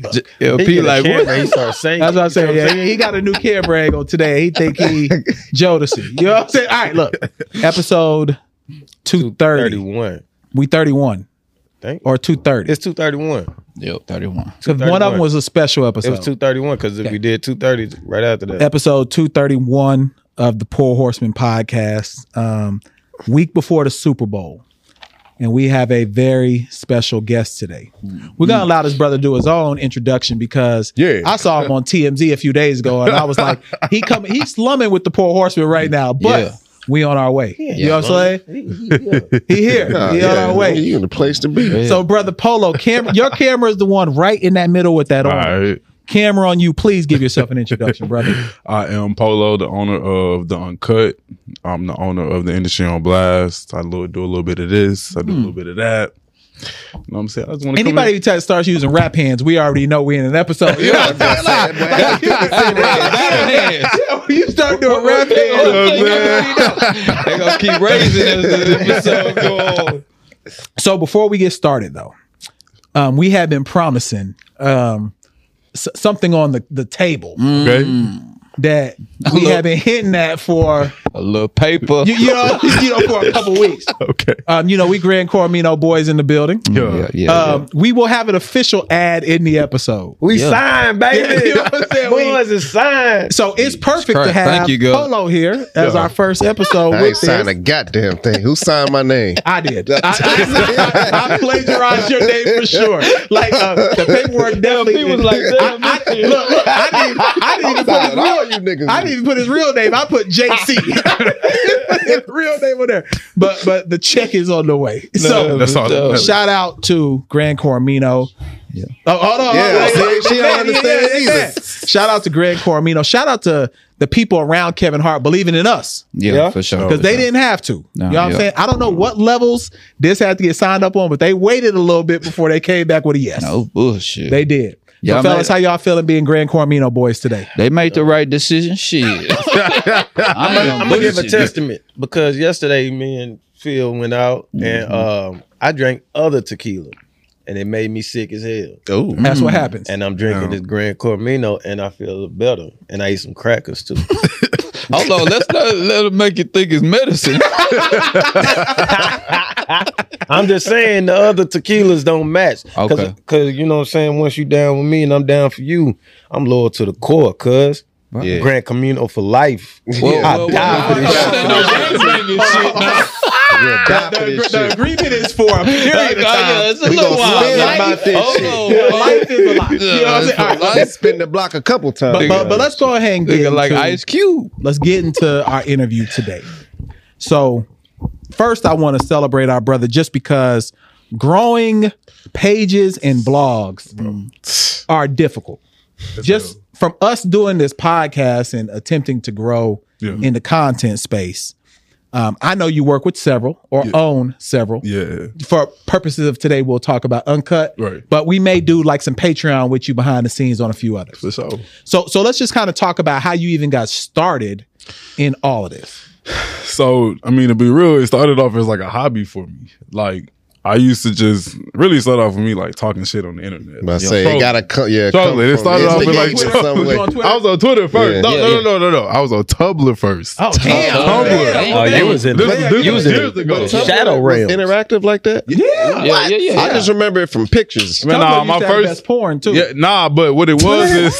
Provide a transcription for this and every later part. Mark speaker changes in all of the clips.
Speaker 1: fuck.
Speaker 2: It'll
Speaker 3: He
Speaker 2: be
Speaker 3: get a
Speaker 2: like,
Speaker 3: camera,
Speaker 2: what?
Speaker 3: he starts saying.
Speaker 2: That's what I'm saying.
Speaker 3: You know
Speaker 2: Yeah, he got a new camera angle today. He think he Jodeci. You know what I'm saying? All right, look. Episode 230.
Speaker 3: 231.
Speaker 2: We 31
Speaker 3: Thank
Speaker 2: or 230.
Speaker 3: It's 231.
Speaker 1: Yep.
Speaker 2: 31. Because one of them
Speaker 3: 231.
Speaker 2: was a special
Speaker 3: It was
Speaker 2: episode.
Speaker 3: 231 because if we did 230 right after that.
Speaker 2: episode 231 of the Poor Horseman podcast, um, week before the Super Bowl. And we have a very special guest today. We're going to allow this brother to do his own introduction because
Speaker 1: Yeah.
Speaker 2: I saw him on TMZ a few days ago and I was like, he come, he's slumming with the Poor Horseman right now, but
Speaker 1: Yeah.
Speaker 2: we on our way. you know what I'm saying? He here.
Speaker 4: Nah,
Speaker 2: he on our way.
Speaker 4: You in the place to be.
Speaker 2: So, brother Polo, cam- your camera is the one right in that middle with that
Speaker 5: All
Speaker 2: on.
Speaker 5: right.
Speaker 2: Camera on you. Please give yourself an introduction, brother.
Speaker 5: I am Polo, the owner of The Uncut. I'm the owner of The Industry on Blast. I lo- do a little bit of this, I do a little bit of that. You know what I'm saying? I just want to
Speaker 2: Anybody who t- starts using rap hands, we already know we in an episode. You know what I'm saying? Like, like, you can see
Speaker 1: Yeah.
Speaker 2: rap- you start doing rap hands.
Speaker 1: They gonna keep raising us as the episode go on.
Speaker 2: So before we get started, though, um, we have been promising um, s- something on the, the table
Speaker 5: Okay.
Speaker 2: that we have been hitting at for
Speaker 1: A little paper.
Speaker 2: you, you know you know for a couple weeks.
Speaker 5: Okay.
Speaker 2: Um, you know we Grand Cormino boys in the building.
Speaker 5: Yeah.
Speaker 1: yeah, yeah,
Speaker 2: Um, we will have an official ad in the episode.
Speaker 3: we
Speaker 1: Yeah.
Speaker 3: signed, baby.
Speaker 2: You know what I'm saying? We-
Speaker 3: Boys is signed.
Speaker 2: So it's perfect to
Speaker 1: Christ.
Speaker 2: have
Speaker 1: Thank you, God.
Speaker 2: Polo here as our first episode.
Speaker 4: I
Speaker 2: with
Speaker 4: ain't signed
Speaker 2: this.
Speaker 4: a goddamn thing. Who signed my name?
Speaker 2: I did. I, I, I plagiarized your name for sure. Like uh, the paperwork definitely.
Speaker 1: He was like,
Speaker 2: I, I, look, look, I didn't, I didn't even put his
Speaker 4: Signed
Speaker 2: real.
Speaker 4: all you niggas.
Speaker 2: I didn't even put his real name. I put JC. His real name on there. But but the check is on the way. so
Speaker 5: that's all that matters.
Speaker 2: shout out to Grand Cormino.
Speaker 1: Yeah.
Speaker 2: Oh, hold on.
Speaker 4: Yeah,
Speaker 2: hold on, hold on.
Speaker 4: see, she don't
Speaker 2: Yeah,
Speaker 4: understand
Speaker 2: yeah, yeah,
Speaker 4: either.
Speaker 2: yeah. Shout out to Grand Cormino. Shout out to the people around Kevin Hart believing in us
Speaker 1: yeah,
Speaker 3: Yeah.
Speaker 1: for sure.
Speaker 2: because they didn't have to.
Speaker 1: No,
Speaker 2: you know what I'm
Speaker 1: Oh, yeah.
Speaker 2: saying? I don't know what levels this had to get signed up on, but they waited a little bit before they came back with a yes.
Speaker 1: No bullshit.
Speaker 2: They did.
Speaker 1: Yeah,
Speaker 2: so,
Speaker 1: I
Speaker 2: fellas,
Speaker 1: made-
Speaker 2: how y'all feeling being Grand Cormino boys today?
Speaker 1: They made the right decision. Shit. I'm,
Speaker 3: I'm gonna give a testament because yesterday me and Phil went out and um, I drank other tequila and it made me sick as hell.
Speaker 4: Oh,
Speaker 1: Hmm.
Speaker 2: That's what happens.
Speaker 3: And I'm drinking this Grand Cormino and I feel a little better. And I ate some crackers too.
Speaker 1: Hold on. Let's not let them make you think it's medicine.
Speaker 3: I'm just saying the other tequilas don't match. Cause,
Speaker 1: Okay.
Speaker 3: 'cause you know what I'm saying? Once you down with me and I'm down for you, I'm loyal to the core, cuz.
Speaker 1: Right.
Speaker 3: Grand Camino for life.
Speaker 1: Whoa,
Speaker 3: I
Speaker 1: whoa, whoa,
Speaker 3: die
Speaker 1: whoa.
Speaker 3: for this shit.
Speaker 4: yeah, die for
Speaker 2: the,
Speaker 4: this
Speaker 2: the
Speaker 4: shit.
Speaker 2: agreement is for a period of
Speaker 1: Yeah,
Speaker 2: time.
Speaker 1: it's a
Speaker 4: We
Speaker 1: little
Speaker 4: gonna
Speaker 1: while.
Speaker 4: spend
Speaker 1: Life-
Speaker 4: about this
Speaker 1: hold
Speaker 4: shit.
Speaker 1: on,
Speaker 2: Yeah,
Speaker 1: life-
Speaker 2: Life is a lot. You know what I'm saying?
Speaker 1: Yeah,
Speaker 2: All right,
Speaker 4: I spin the block a couple times.
Speaker 2: but, but, but let's go ahead and get
Speaker 1: Nigga, like
Speaker 2: into-
Speaker 1: Ice Cube.
Speaker 2: let's get into our interview today. So, first, I want to celebrate our brother just because growing pages and blogs are difficult. just from us doing this podcast and attempting to grow
Speaker 5: Yeah.
Speaker 2: in the content space, um, I know you work with several or own several.
Speaker 5: Yeah.
Speaker 2: For purposes of today, we'll talk about Uncut,
Speaker 5: Right.
Speaker 2: but we may do like some Patreon with you behind the scenes on a few others.
Speaker 5: For sure.
Speaker 2: So so let's just kind of talk about how you even got started in all of this.
Speaker 5: So, I mean, to be real, it started off as like a hobby for me. Like, I used to just really start off with me like talking shit on the internet.
Speaker 4: But I
Speaker 5: Yeah,
Speaker 4: say
Speaker 5: trolling.
Speaker 4: it gotta come. Yeah,
Speaker 5: Trolling.
Speaker 4: come
Speaker 5: It
Speaker 4: from
Speaker 5: started off with like
Speaker 4: instigating some way.
Speaker 2: You on Twitter?
Speaker 5: I was on Twitter first.
Speaker 4: Yeah.
Speaker 5: No,
Speaker 1: Yeah,
Speaker 5: no,
Speaker 1: yeah.
Speaker 5: no, no, no, no. I was on Tumblr first.
Speaker 2: Oh, damn.
Speaker 5: Tumblr.
Speaker 2: Damn.
Speaker 3: Oh, you was in
Speaker 5: This- this
Speaker 3: you
Speaker 5: was
Speaker 3: was in
Speaker 5: years ago.
Speaker 4: Tumblr
Speaker 3: Shadow
Speaker 4: was
Speaker 3: Realms.
Speaker 4: interactive like that.
Speaker 2: Yeah.
Speaker 1: Yeah, yeah, yeah.
Speaker 4: I just remember it from pictures.
Speaker 2: Tumblr
Speaker 5: Man, nah,
Speaker 2: used
Speaker 5: my
Speaker 2: to have
Speaker 5: first-
Speaker 2: best porn too.
Speaker 5: Yeah, nah, but what it was is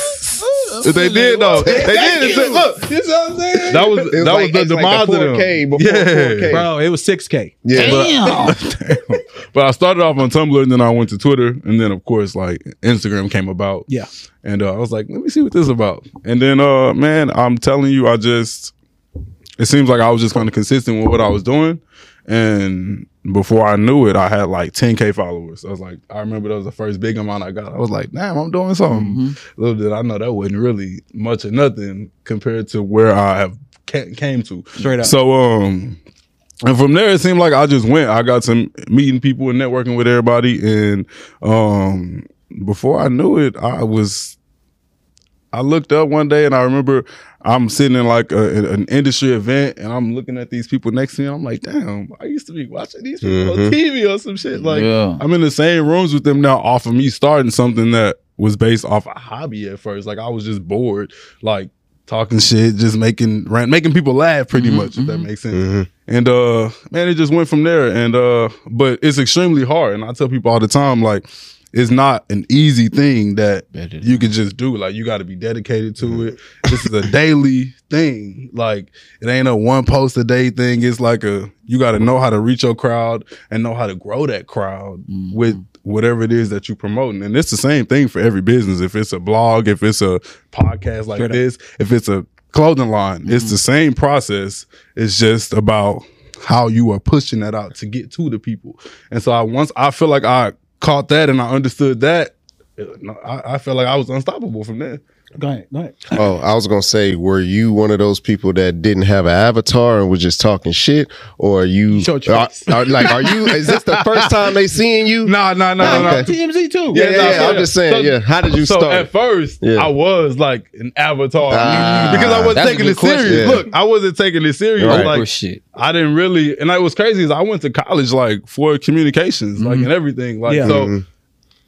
Speaker 5: they did though. They did it. Look,
Speaker 2: You know what I'm saying?
Speaker 5: that was
Speaker 4: It was
Speaker 5: that
Speaker 4: like-
Speaker 5: was
Speaker 4: it's
Speaker 5: the
Speaker 4: like
Speaker 5: demise
Speaker 4: the
Speaker 5: of them.
Speaker 4: 4K before 4K.
Speaker 2: Bro, it was 6K.
Speaker 4: Yeah, but
Speaker 1: Damn.
Speaker 5: But I started off on Tumblr and then I went to Twitter and then of course like Instagram came about.
Speaker 2: Yeah.
Speaker 5: And uh, I was like, let me see what this is about. And then uh man, I'm telling you, I just it seems like I was just kind of consistent with what I was doing. And before I knew it, I had like 10k followers. I was like, I remember that was the first big amount I got. I was like, damn, I'm doing something.
Speaker 2: Mm-hmm.
Speaker 5: Little did I know that wasn't really much or nothing compared to where I have ca- came to.
Speaker 2: Straight up.
Speaker 5: So um and from there it seemed like I just went. I got some meeting people and networking with everybody and um before I knew it, I was I looked up one day and I remember I'm sitting in like a, an industry event and I'm looking at these people next to me. I'm like, damn, I used to be watching these people on TV or some shit. Like,
Speaker 1: Yeah.
Speaker 5: I'm in the same rooms with them now off of me starting something that was based off a hobby at first. Like I was just bored, like talking shit, just making rant, making people laugh pretty much, if that makes sense. And uh man, it just went from there. And uh but it's extremely hard. And I tell people all the time, like, it's not an easy thing that
Speaker 1: Better
Speaker 5: you could just do. Like you gotta be dedicated to it. This is a daily thing. Like it ain't a one post a day thing. It's like a you gotta know how to reach your crowd and know how to grow that crowd with whatever it is that you're promoting. And it's the same thing for every business. If it's a blog, if it's a podcast like this, if it's a clothing line, it's
Speaker 4: Mm-hmm.
Speaker 5: the same process. It's just about how you are pushing that out to get to the people. And so I once I feel like I caught that and I understood that, it- no, I, I felt like I was unstoppable from there.
Speaker 2: Go ahead. Go ahead.
Speaker 4: Oh, I was gonna say, were you one of those people that didn't have an avatar and was just talking shit, or are you
Speaker 2: Show your
Speaker 4: are, are- like, are you? Is this the first time they seeing you?
Speaker 5: No, no, no, no, no.
Speaker 4: Okay.
Speaker 2: TMZ too.
Speaker 4: Yeah,
Speaker 5: nah,
Speaker 4: yeah, yeah,
Speaker 5: so-
Speaker 4: I'm just saying.
Speaker 5: so-
Speaker 4: yeah, how did you
Speaker 5: so
Speaker 4: start?
Speaker 5: at first,
Speaker 4: Yeah.
Speaker 5: I was like an avatar
Speaker 4: Ah,
Speaker 5: because I wasn't
Speaker 4: that's a
Speaker 5: taking
Speaker 4: good
Speaker 5: it
Speaker 4: question.
Speaker 5: serious.
Speaker 4: Yeah.
Speaker 5: Look, I wasn't taking it serious.
Speaker 4: Right.
Speaker 5: Like
Speaker 1: Awkward shit.
Speaker 5: I didn't really, and like what's crazy is I went to college like for communications, like and everything, like
Speaker 2: Yeah.
Speaker 5: so.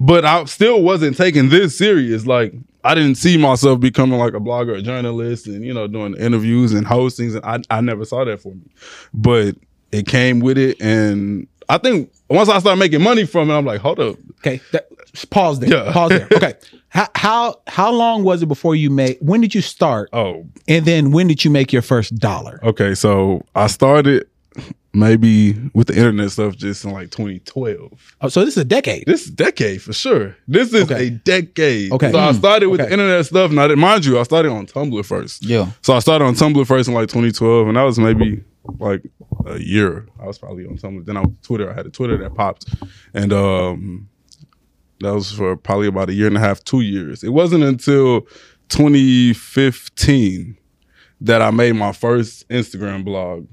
Speaker 5: But I still wasn't taking this serious. Like I didn't see myself becoming like a blogger, a journalist, and you know doing interviews and hostings. And I I never saw that for me. But it came with it, and I think once I started making money from it, I'm like, hold up,
Speaker 2: Okay. That, pause there.
Speaker 5: Yeah.
Speaker 2: Pause there. Okay. How, how how long was it before you made? When did you start?
Speaker 5: oh
Speaker 2: And then when did you make your first dollar?
Speaker 5: Okay, so I started maybe with the internet stuff just in like 2012.
Speaker 2: Oh, so this is a decade.
Speaker 5: This is decade for sure. This is
Speaker 2: Okay.
Speaker 5: a decade.
Speaker 2: Okay.
Speaker 5: So I
Speaker 2: Mm,
Speaker 5: started with
Speaker 2: okay.
Speaker 5: the internet stuff. Now, that- mind you, I started on Tumblr first.
Speaker 1: Yeah.
Speaker 5: So I started on Tumblr first in like 2012, and that was maybe like a year. I was probably on Tumblr. Then I on Twitter. I had a Twitter that popped, and um, that was for probably about a year and a half, two years. It wasn't until 2015 that I made my first Instagram blog.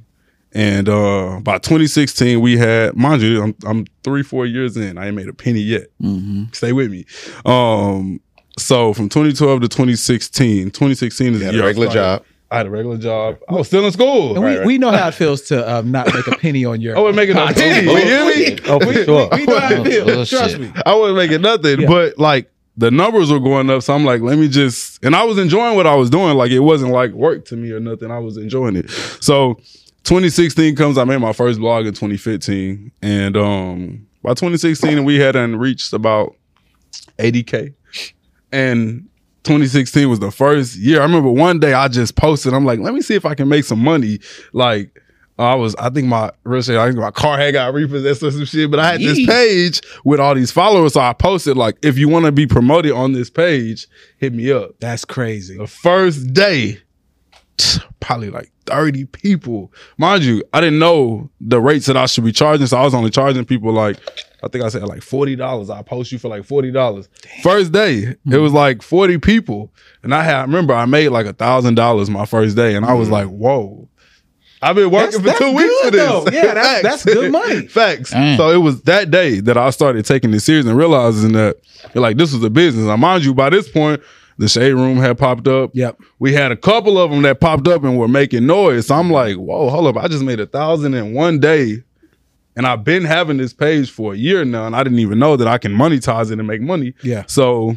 Speaker 5: And uh, by 2016, we had, mind you, I'm, I'm three, four years in. I ain't made a penny yet.
Speaker 2: Mm-hmm.
Speaker 5: Stay with me. Um, so from 2012 to 2016, 2016 is
Speaker 4: You
Speaker 5: the
Speaker 4: had a
Speaker 5: year I
Speaker 4: regular
Speaker 5: started.
Speaker 4: job.
Speaker 5: I had a regular job. I was still in school.
Speaker 2: And we, we know how it feels to um, not make a penny on your.
Speaker 5: I wasn't making no penny. You hear me?
Speaker 3: Oh, for sure.
Speaker 2: we know how it feels.
Speaker 1: Bullshit.
Speaker 2: Trust me.
Speaker 5: I wasn't making nothing,
Speaker 2: Yeah.
Speaker 5: but like the numbers were going up. So I'm like, let me just, and I was enjoying what I was doing. Like it wasn't like work to me or nothing. I was enjoying it. So 2016 comes, I made my first blog in 2015. And um by 2016, we hadn't reached about 80K. And 2016 was the first year. I remember one day I just posted, I'm like, let me see if I can make some money. Like, Oh, I was, I think my real estate, I think my car had got repossessed or some shit, but I had this
Speaker 1: Yee.
Speaker 5: page with all these followers. So I posted, like, if you want to be promoted on this page, hit me up.
Speaker 2: That's crazy.
Speaker 5: The first day, probably like 30 people. Mind you, I didn't know the rates that I should be charging. So I was only charging people like, I think I said like $40. I post you for like $40. First day, it
Speaker 2: Mm-hmm.
Speaker 5: was like 40 people. And I had, I remember I made like a thousand dollars my first day. And I was like, whoa. I've been
Speaker 2: Mm-hmm. That's-
Speaker 5: working
Speaker 2: that's
Speaker 5: for two weeks
Speaker 2: good,
Speaker 5: for this.
Speaker 2: though. Yeah, that's-
Speaker 5: Facts.
Speaker 2: that's good money.
Speaker 5: Facts.
Speaker 1: Damn.
Speaker 5: So it was that day that I started taking it serious and realizing that like this was a business. Now, mind you, by this point, the shade room had popped up.
Speaker 2: Yep.
Speaker 5: We had a couple of them that popped up and were making noise. So I'm like, whoa, hold up. I just made a thousand in one day. And I've been having this page for a year now, and I didn't even know that I can monetize it and make money.
Speaker 2: Yeah.
Speaker 5: So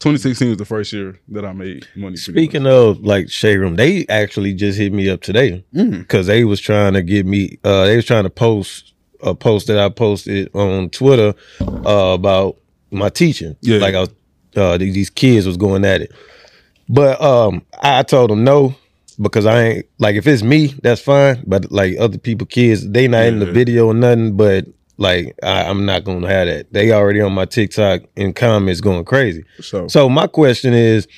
Speaker 5: 2016 was the first year that I made money. pretty
Speaker 3: Speaking of like Shade Room, they actually just hit me up today
Speaker 5: Mm.
Speaker 3: because they was trying to get me. Uh, they was trying to post a post that I posted on Twitter uh, about my teaching.
Speaker 5: Yeah.
Speaker 3: like I was, uh, these, these kids was going at it, but um, I I told them no because I ain't like if it's me, that's fine. But like other people, kids, they not in the
Speaker 5: Yeah.
Speaker 3: video or nothing. But like I, I'm not gonna have that. They already on my TikTok and comments going crazy.
Speaker 5: much. So,
Speaker 3: So my question is,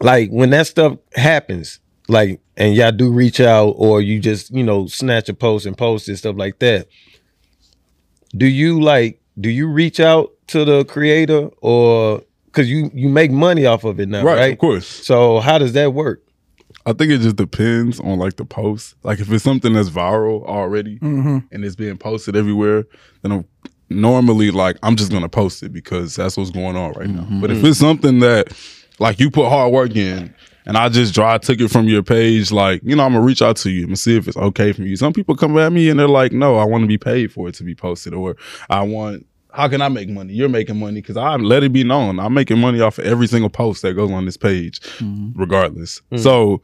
Speaker 3: like, when that stuff happens, like, and y'all do reach out, or you just you know snatch a post and post and stuff like that. Do you like? Do you reach out to the creator, or because you you make money off of it now,
Speaker 5: right,
Speaker 3: right?
Speaker 5: of course.
Speaker 3: So how does that work?
Speaker 5: I think it just depends on like the post. Like if it's something that's viral already and it's being posted everywhere, then I'm normally like I'm just gonna post it because that's what's going on right now. But if it's something that like you put hard work in and I just dry took it from your page, like, you know, I'm gonna reach out to you and see if it's okay for you. Some people come at me and they're like, no, I wanna be paid for it to be posted or I want how can I make money? You're making money because I let it be known. I'm making money off of every single post that goes on this page, regardless. So,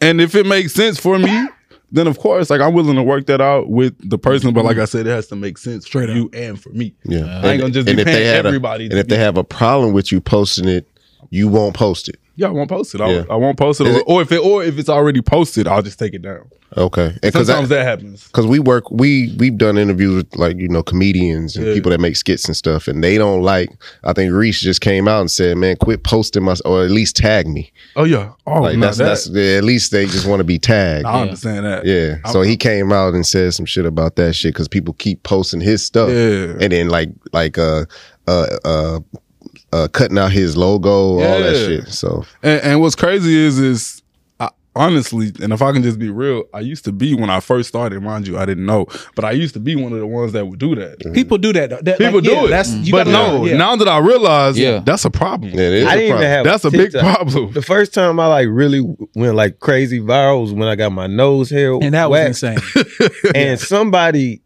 Speaker 5: and if it makes sense for me, then of course, like I'm willing to work that out with the person. But like I said, it has to make sense for you and for me.
Speaker 4: Yeah,
Speaker 5: Uh, I ain't gonna just be paying
Speaker 4: had a-
Speaker 5: everybody.
Speaker 4: and if they have a problem with you posting it, you won't post it.
Speaker 5: yeah, I won't post it. I,
Speaker 4: Yeah.
Speaker 5: I won't post it,
Speaker 4: Is
Speaker 5: or,
Speaker 4: it-
Speaker 5: or if it, or if it's already posted, I'll just take it down.
Speaker 4: Okay, because
Speaker 5: Sometimes that happens.
Speaker 4: because we work we we've done interviews with like you know comedians and
Speaker 5: Yeah.
Speaker 4: people that make skits and stuff and they don't like i think reese just came out and said man quit posting my or at least tag me
Speaker 5: Oh yeah. Oh,
Speaker 4: like
Speaker 5: no,
Speaker 4: that's
Speaker 5: that-
Speaker 4: that's yeah, at least they just want to be tagged
Speaker 5: I understand that.
Speaker 4: yeah so he came out and said some shit about that shit because people keep posting his stuff
Speaker 5: Yeah.
Speaker 4: and then like like uh uh uh uh, cutting out his logo, all that
Speaker 5: Yeah.
Speaker 4: shit. So
Speaker 5: And, and what's crazy is, is I, honestly, and if I can just be real, I used to be when I first started. Mind you, I didn't know, but I used to be one of the ones that would do that.
Speaker 2: People do that. though. That-
Speaker 5: People
Speaker 2: like,
Speaker 5: do
Speaker 2: yeah,
Speaker 5: it,
Speaker 2: That's, you
Speaker 5: but
Speaker 2: gotta-
Speaker 5: no.
Speaker 2: yeah.
Speaker 5: Now that I realize,
Speaker 1: Yeah.
Speaker 5: that's a problem.
Speaker 4: yeah, it is
Speaker 3: I
Speaker 4: a
Speaker 3: didn't even
Speaker 4: problem.
Speaker 3: have
Speaker 5: That's a big
Speaker 3: TikTok.
Speaker 5: problem.
Speaker 3: The first time I like really went like crazy viral was when I got my nose hair
Speaker 2: And that
Speaker 3: waxed,
Speaker 2: was insane.
Speaker 3: and somebody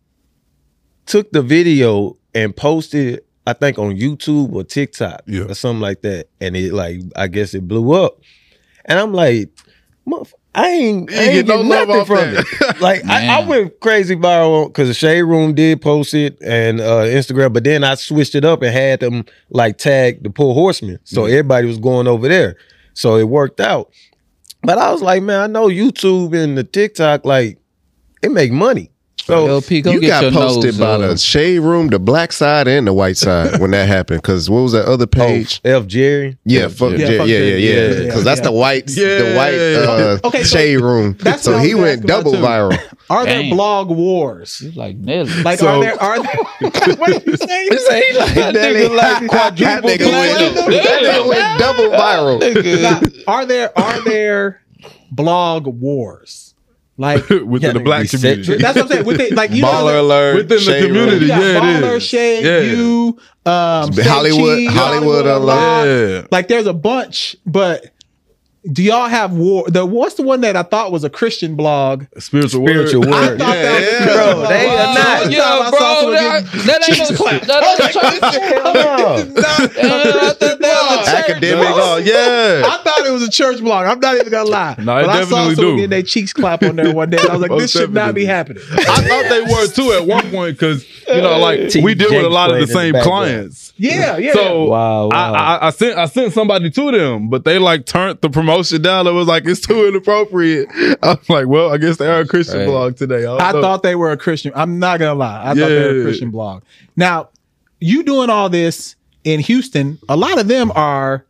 Speaker 3: took the video and posted it, I think on YouTube or TikTok
Speaker 5: Yeah.
Speaker 3: or something like that, and it like I guess it blew up, and I'm like, "Motherf- I ain't, I
Speaker 5: You ain't
Speaker 3: ain't
Speaker 5: get no
Speaker 3: get
Speaker 5: love
Speaker 3: nothing
Speaker 5: off
Speaker 3: from
Speaker 5: that."
Speaker 3: it. Like I, I
Speaker 1: Man.
Speaker 3: went crazy viral because the Shade Room did post it and uh, Instagram, but then I switched it up and had them like tag the poor horseman, so everybody was going over there, so it worked out. But I was like, man, I know YouTube and the TikTok, like it make money. So
Speaker 1: LP, go
Speaker 4: you
Speaker 1: get your
Speaker 4: got posted
Speaker 1: nose,
Speaker 4: by
Speaker 1: uh,
Speaker 4: the shade room, the black side, and the white side when that happened. Because what was that other page?
Speaker 3: Oh, F Jerry.
Speaker 4: yeah, fuck,
Speaker 2: yeah,
Speaker 4: yeah, yeah,
Speaker 2: fuck
Speaker 4: yeah,
Speaker 2: yeah,
Speaker 4: yeah,
Speaker 2: yeah, yeah,
Speaker 4: Because that's
Speaker 2: yeah.
Speaker 4: the white, the white uh,
Speaker 2: Okay, so
Speaker 4: shade room.
Speaker 2: that's what
Speaker 4: so
Speaker 2: I
Speaker 4: he
Speaker 2: was
Speaker 4: went
Speaker 2: asking about
Speaker 4: double
Speaker 2: too.
Speaker 4: viral.
Speaker 2: Are there
Speaker 1: Damn.
Speaker 2: blog wars?
Speaker 1: It's like Nelly.
Speaker 2: Like,
Speaker 5: So-
Speaker 2: are there? Are there? what did you say?
Speaker 4: that nigga like quadruple that nigga
Speaker 1: platinum.
Speaker 4: went, that nigga went double viral.
Speaker 2: Nah, are there? Are there blog wars? Like
Speaker 5: Within the black
Speaker 3: Reset.
Speaker 5: community,
Speaker 2: that's what I'm saying. With it, like you
Speaker 4: Baller
Speaker 2: know,
Speaker 4: alert
Speaker 5: within the
Speaker 4: Shade Room.
Speaker 5: community.
Speaker 2: you got
Speaker 5: Yeah, it
Speaker 2: baller
Speaker 5: is.
Speaker 2: shade,
Speaker 5: Yeah.
Speaker 2: you, um, Shade
Speaker 4: Hollywood-
Speaker 2: Cheese,
Speaker 4: Hollywood
Speaker 2: Unlocked.
Speaker 5: yeah.
Speaker 2: Like there's a bunch, but do y'all have war? The what's the one that I thought was a Christian blog?
Speaker 5: Spiritual,
Speaker 3: Spiritual
Speaker 5: word.
Speaker 2: I
Speaker 3: word.
Speaker 2: thought that was a
Speaker 4: Yeah,
Speaker 2: Christian
Speaker 3: bro,
Speaker 2: blog.
Speaker 3: they are not.
Speaker 2: One time
Speaker 1: Yeah,
Speaker 2: I saw
Speaker 1: bro.
Speaker 2: someone
Speaker 1: That, that ain't no clap. That ain't no church.
Speaker 3: Come on.
Speaker 1: That ain't no church.
Speaker 4: Academic, oh yeah.
Speaker 2: I thought it was a church blog. I'm not even gonna lie.
Speaker 5: No, it
Speaker 2: but I saw
Speaker 5: definitely
Speaker 2: someone
Speaker 5: do.
Speaker 2: getting their cheeks clap on there one day. And I was like,
Speaker 5: Most
Speaker 2: this should not be happening.
Speaker 5: I thought they were too at one point because you know, like we deal with a lot of the
Speaker 3: Jake's playing in
Speaker 5: same
Speaker 3: the background.
Speaker 5: clients.
Speaker 2: Yeah, yeah.
Speaker 5: So
Speaker 3: Wow, wow.
Speaker 5: I, I, I sent I sent somebody to them, but they like turned the promotion down. It was like it's too inappropriate. I was like, well, I guess they are a Christian
Speaker 1: Right.
Speaker 5: blog today.
Speaker 2: I
Speaker 5: don't know.
Speaker 2: thought they were a Christian. I'm not gonna lie. I thought they were a
Speaker 5: Yeah.
Speaker 2: Christian blog. Now, you doing all this in Houston, a lot of them are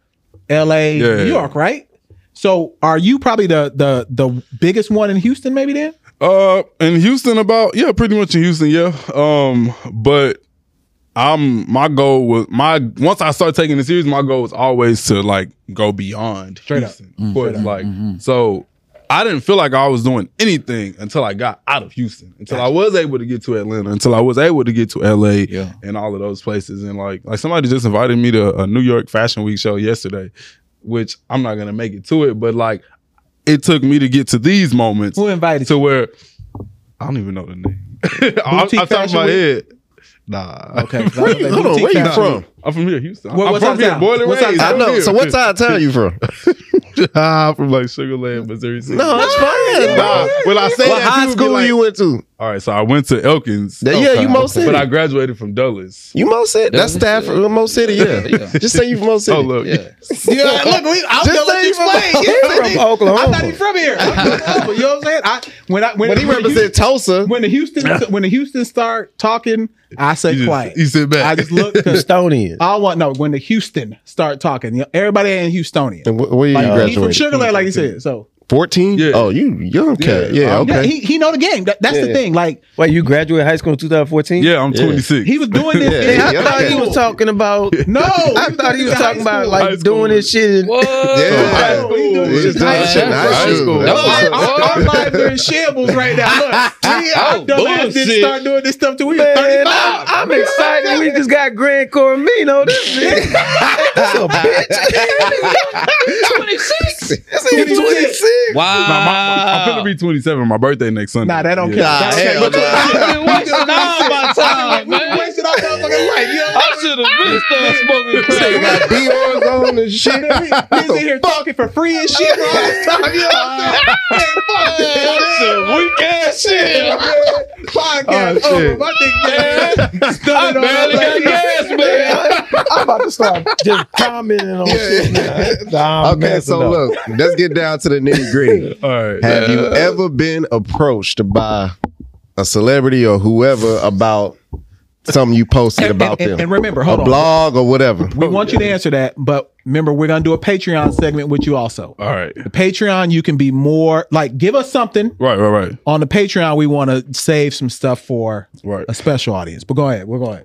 Speaker 2: LA,
Speaker 5: Yeah.
Speaker 2: New York, right? So are you probably the the the biggest one in Houston, maybe then?
Speaker 5: Uh, in Houston, about yeah, pretty much in Houston, yeah. Um, but I'm my goal was my once I start taking this serious, my goal was always to like go beyond
Speaker 2: Straight up. Mm-hmm.
Speaker 5: Houston, of course. Like so, I didn't feel like I was doing anything until I got out of Houston, until I was able to get to Atlanta, until I was able to get to LA
Speaker 1: Yeah.
Speaker 5: and all of those places. And like like somebody just invited me to a New York Fashion Week show yesterday, which I'm not gonna make it to it, but like. It took me to get to these moments
Speaker 2: Who invited
Speaker 5: to
Speaker 2: you?
Speaker 5: where I don't even know the name. I'm,
Speaker 2: Boutique
Speaker 5: I'm talking
Speaker 2: Fashion
Speaker 5: about
Speaker 2: Week?
Speaker 5: it. Nah.
Speaker 2: Okay, 'cause I was like,
Speaker 4: Hold on,
Speaker 2: boutique
Speaker 4: where you
Speaker 2: fashion.
Speaker 4: from?
Speaker 5: I'm from here, Houston.
Speaker 2: What-
Speaker 5: I'm
Speaker 2: what
Speaker 5: from
Speaker 2: side
Speaker 5: here,
Speaker 2: town?
Speaker 5: born and
Speaker 2: What side
Speaker 5: raised.
Speaker 2: town?
Speaker 4: I
Speaker 5: I'm
Speaker 4: know.
Speaker 5: here.
Speaker 4: So what side of town you from?
Speaker 5: I'm from like Sugar Land, Missouri. City.
Speaker 4: No, that's fine.
Speaker 5: Nah, when I say
Speaker 4: What
Speaker 5: that, people
Speaker 4: high
Speaker 5: be
Speaker 4: school
Speaker 5: like-
Speaker 4: you went to?
Speaker 5: All right, so I went to Elkins,
Speaker 4: That- Yeah, you most
Speaker 5: but
Speaker 4: city.
Speaker 5: I graduated from Dulles.
Speaker 4: You most city. That's
Speaker 1: That's-
Speaker 4: Stafford, Mo City. Yeah.
Speaker 1: Yeah.
Speaker 4: Just say you from Mo City.
Speaker 5: Oh look,
Speaker 1: Yeah.
Speaker 2: Yeah, look, we, I'm
Speaker 4: Just
Speaker 2: gonna
Speaker 4: say
Speaker 2: let you
Speaker 4: you from-
Speaker 2: explain. Yeah,
Speaker 4: he
Speaker 3: from Oklahoma.
Speaker 2: I thought he from here. I'm from Oklahoma. You know what I'm saying? I when I when,
Speaker 4: But he
Speaker 2: when the
Speaker 4: represents Tulsa.
Speaker 2: Houston, when the Houston when the Houston start talking, I say
Speaker 5: You just-
Speaker 2: quiet.
Speaker 5: you sit back.
Speaker 2: I just look because
Speaker 3: Estonian.
Speaker 2: I want no when the Houston start talking. you know, Everybody ain't Houstonian.
Speaker 4: And wh- where you
Speaker 2: Like, he from
Speaker 4: graduated?
Speaker 2: Sugar Land, like he said. So
Speaker 4: 14?
Speaker 5: Yeah.
Speaker 4: Oh, you young cat.
Speaker 5: Yeah.
Speaker 4: Yeah,
Speaker 5: Um,
Speaker 2: yeah,
Speaker 4: okay.
Speaker 2: he he know the game. That, that's the
Speaker 4: Yeah.
Speaker 2: thing. Like
Speaker 3: Wait, you graduated high school in 2014?
Speaker 5: yeah, I'm 26.
Speaker 2: he was doing this.
Speaker 4: Yeah,
Speaker 2: in high
Speaker 4: yeah, I thought he
Speaker 2: school.
Speaker 4: was
Speaker 3: talking about.
Speaker 2: No,
Speaker 3: I thought he was
Speaker 2: high
Speaker 3: talking about
Speaker 2: school.
Speaker 5: High
Speaker 3: like
Speaker 5: school.
Speaker 3: doing this shit. In,
Speaker 1: What?
Speaker 4: Yeah.
Speaker 5: High school.
Speaker 2: We do this
Speaker 5: It's
Speaker 2: in high
Speaker 5: high
Speaker 2: school.
Speaker 5: school. High school.
Speaker 4: That's
Speaker 1: That's
Speaker 2: our, our- our lives are in shambles right now. Look, we, our
Speaker 1: Oh,
Speaker 2: dumb ass didn't
Speaker 1: bullshit.
Speaker 2: start doing this stuff till we were
Speaker 3: Man,
Speaker 2: 35.
Speaker 3: I'm, I'm excited. We just got Grand Cormino. This bitch. That's a bitch.
Speaker 1: 26.
Speaker 3: This is 26.
Speaker 1: Wow.
Speaker 5: Nah, my- I'm gonna be 27. My birthday next Sunday.
Speaker 2: Nah, that don't
Speaker 5: Yeah.
Speaker 2: count. That don't
Speaker 4: hell
Speaker 2: count.
Speaker 4: no.
Speaker 1: I've been wasting all my time,
Speaker 2: We
Speaker 1: man.
Speaker 2: wasted all
Speaker 4: motherfucking light. You know
Speaker 1: I should have missed us smoking
Speaker 4: You
Speaker 1: crack.
Speaker 4: got Dior's on and shit.
Speaker 2: He's in here talking for free and shit. bro.
Speaker 1: That's some weak ass
Speaker 2: Oh,
Speaker 1: shit.
Speaker 2: Podcast
Speaker 4: Oh,
Speaker 2: over.
Speaker 4: shit.
Speaker 2: My dick man.
Speaker 1: I
Speaker 2: Stunning on
Speaker 1: barely got
Speaker 2: that.
Speaker 1: gas, man.
Speaker 3: I'm about to start just commenting on shit now. Nah, I'm
Speaker 4: Okay,
Speaker 3: messing
Speaker 4: so
Speaker 3: up.
Speaker 4: look, let's get down to the nitty gritty.
Speaker 5: All right.
Speaker 4: Have you ever been approached by a celebrity or whoever about something you posted
Speaker 2: And,
Speaker 4: about
Speaker 2: and- and
Speaker 4: them?
Speaker 2: remember,
Speaker 4: A
Speaker 2: hold on.
Speaker 4: blog or whatever.
Speaker 2: We want you to answer that, but remember, we're gonna do a Patreon segment with you also.
Speaker 5: All right.
Speaker 2: The Patreon, you can be more like give us something.
Speaker 5: Right, right, right.
Speaker 2: On the Patreon, we want to save some stuff for
Speaker 5: Right.
Speaker 2: a special audience. But go ahead, we're going.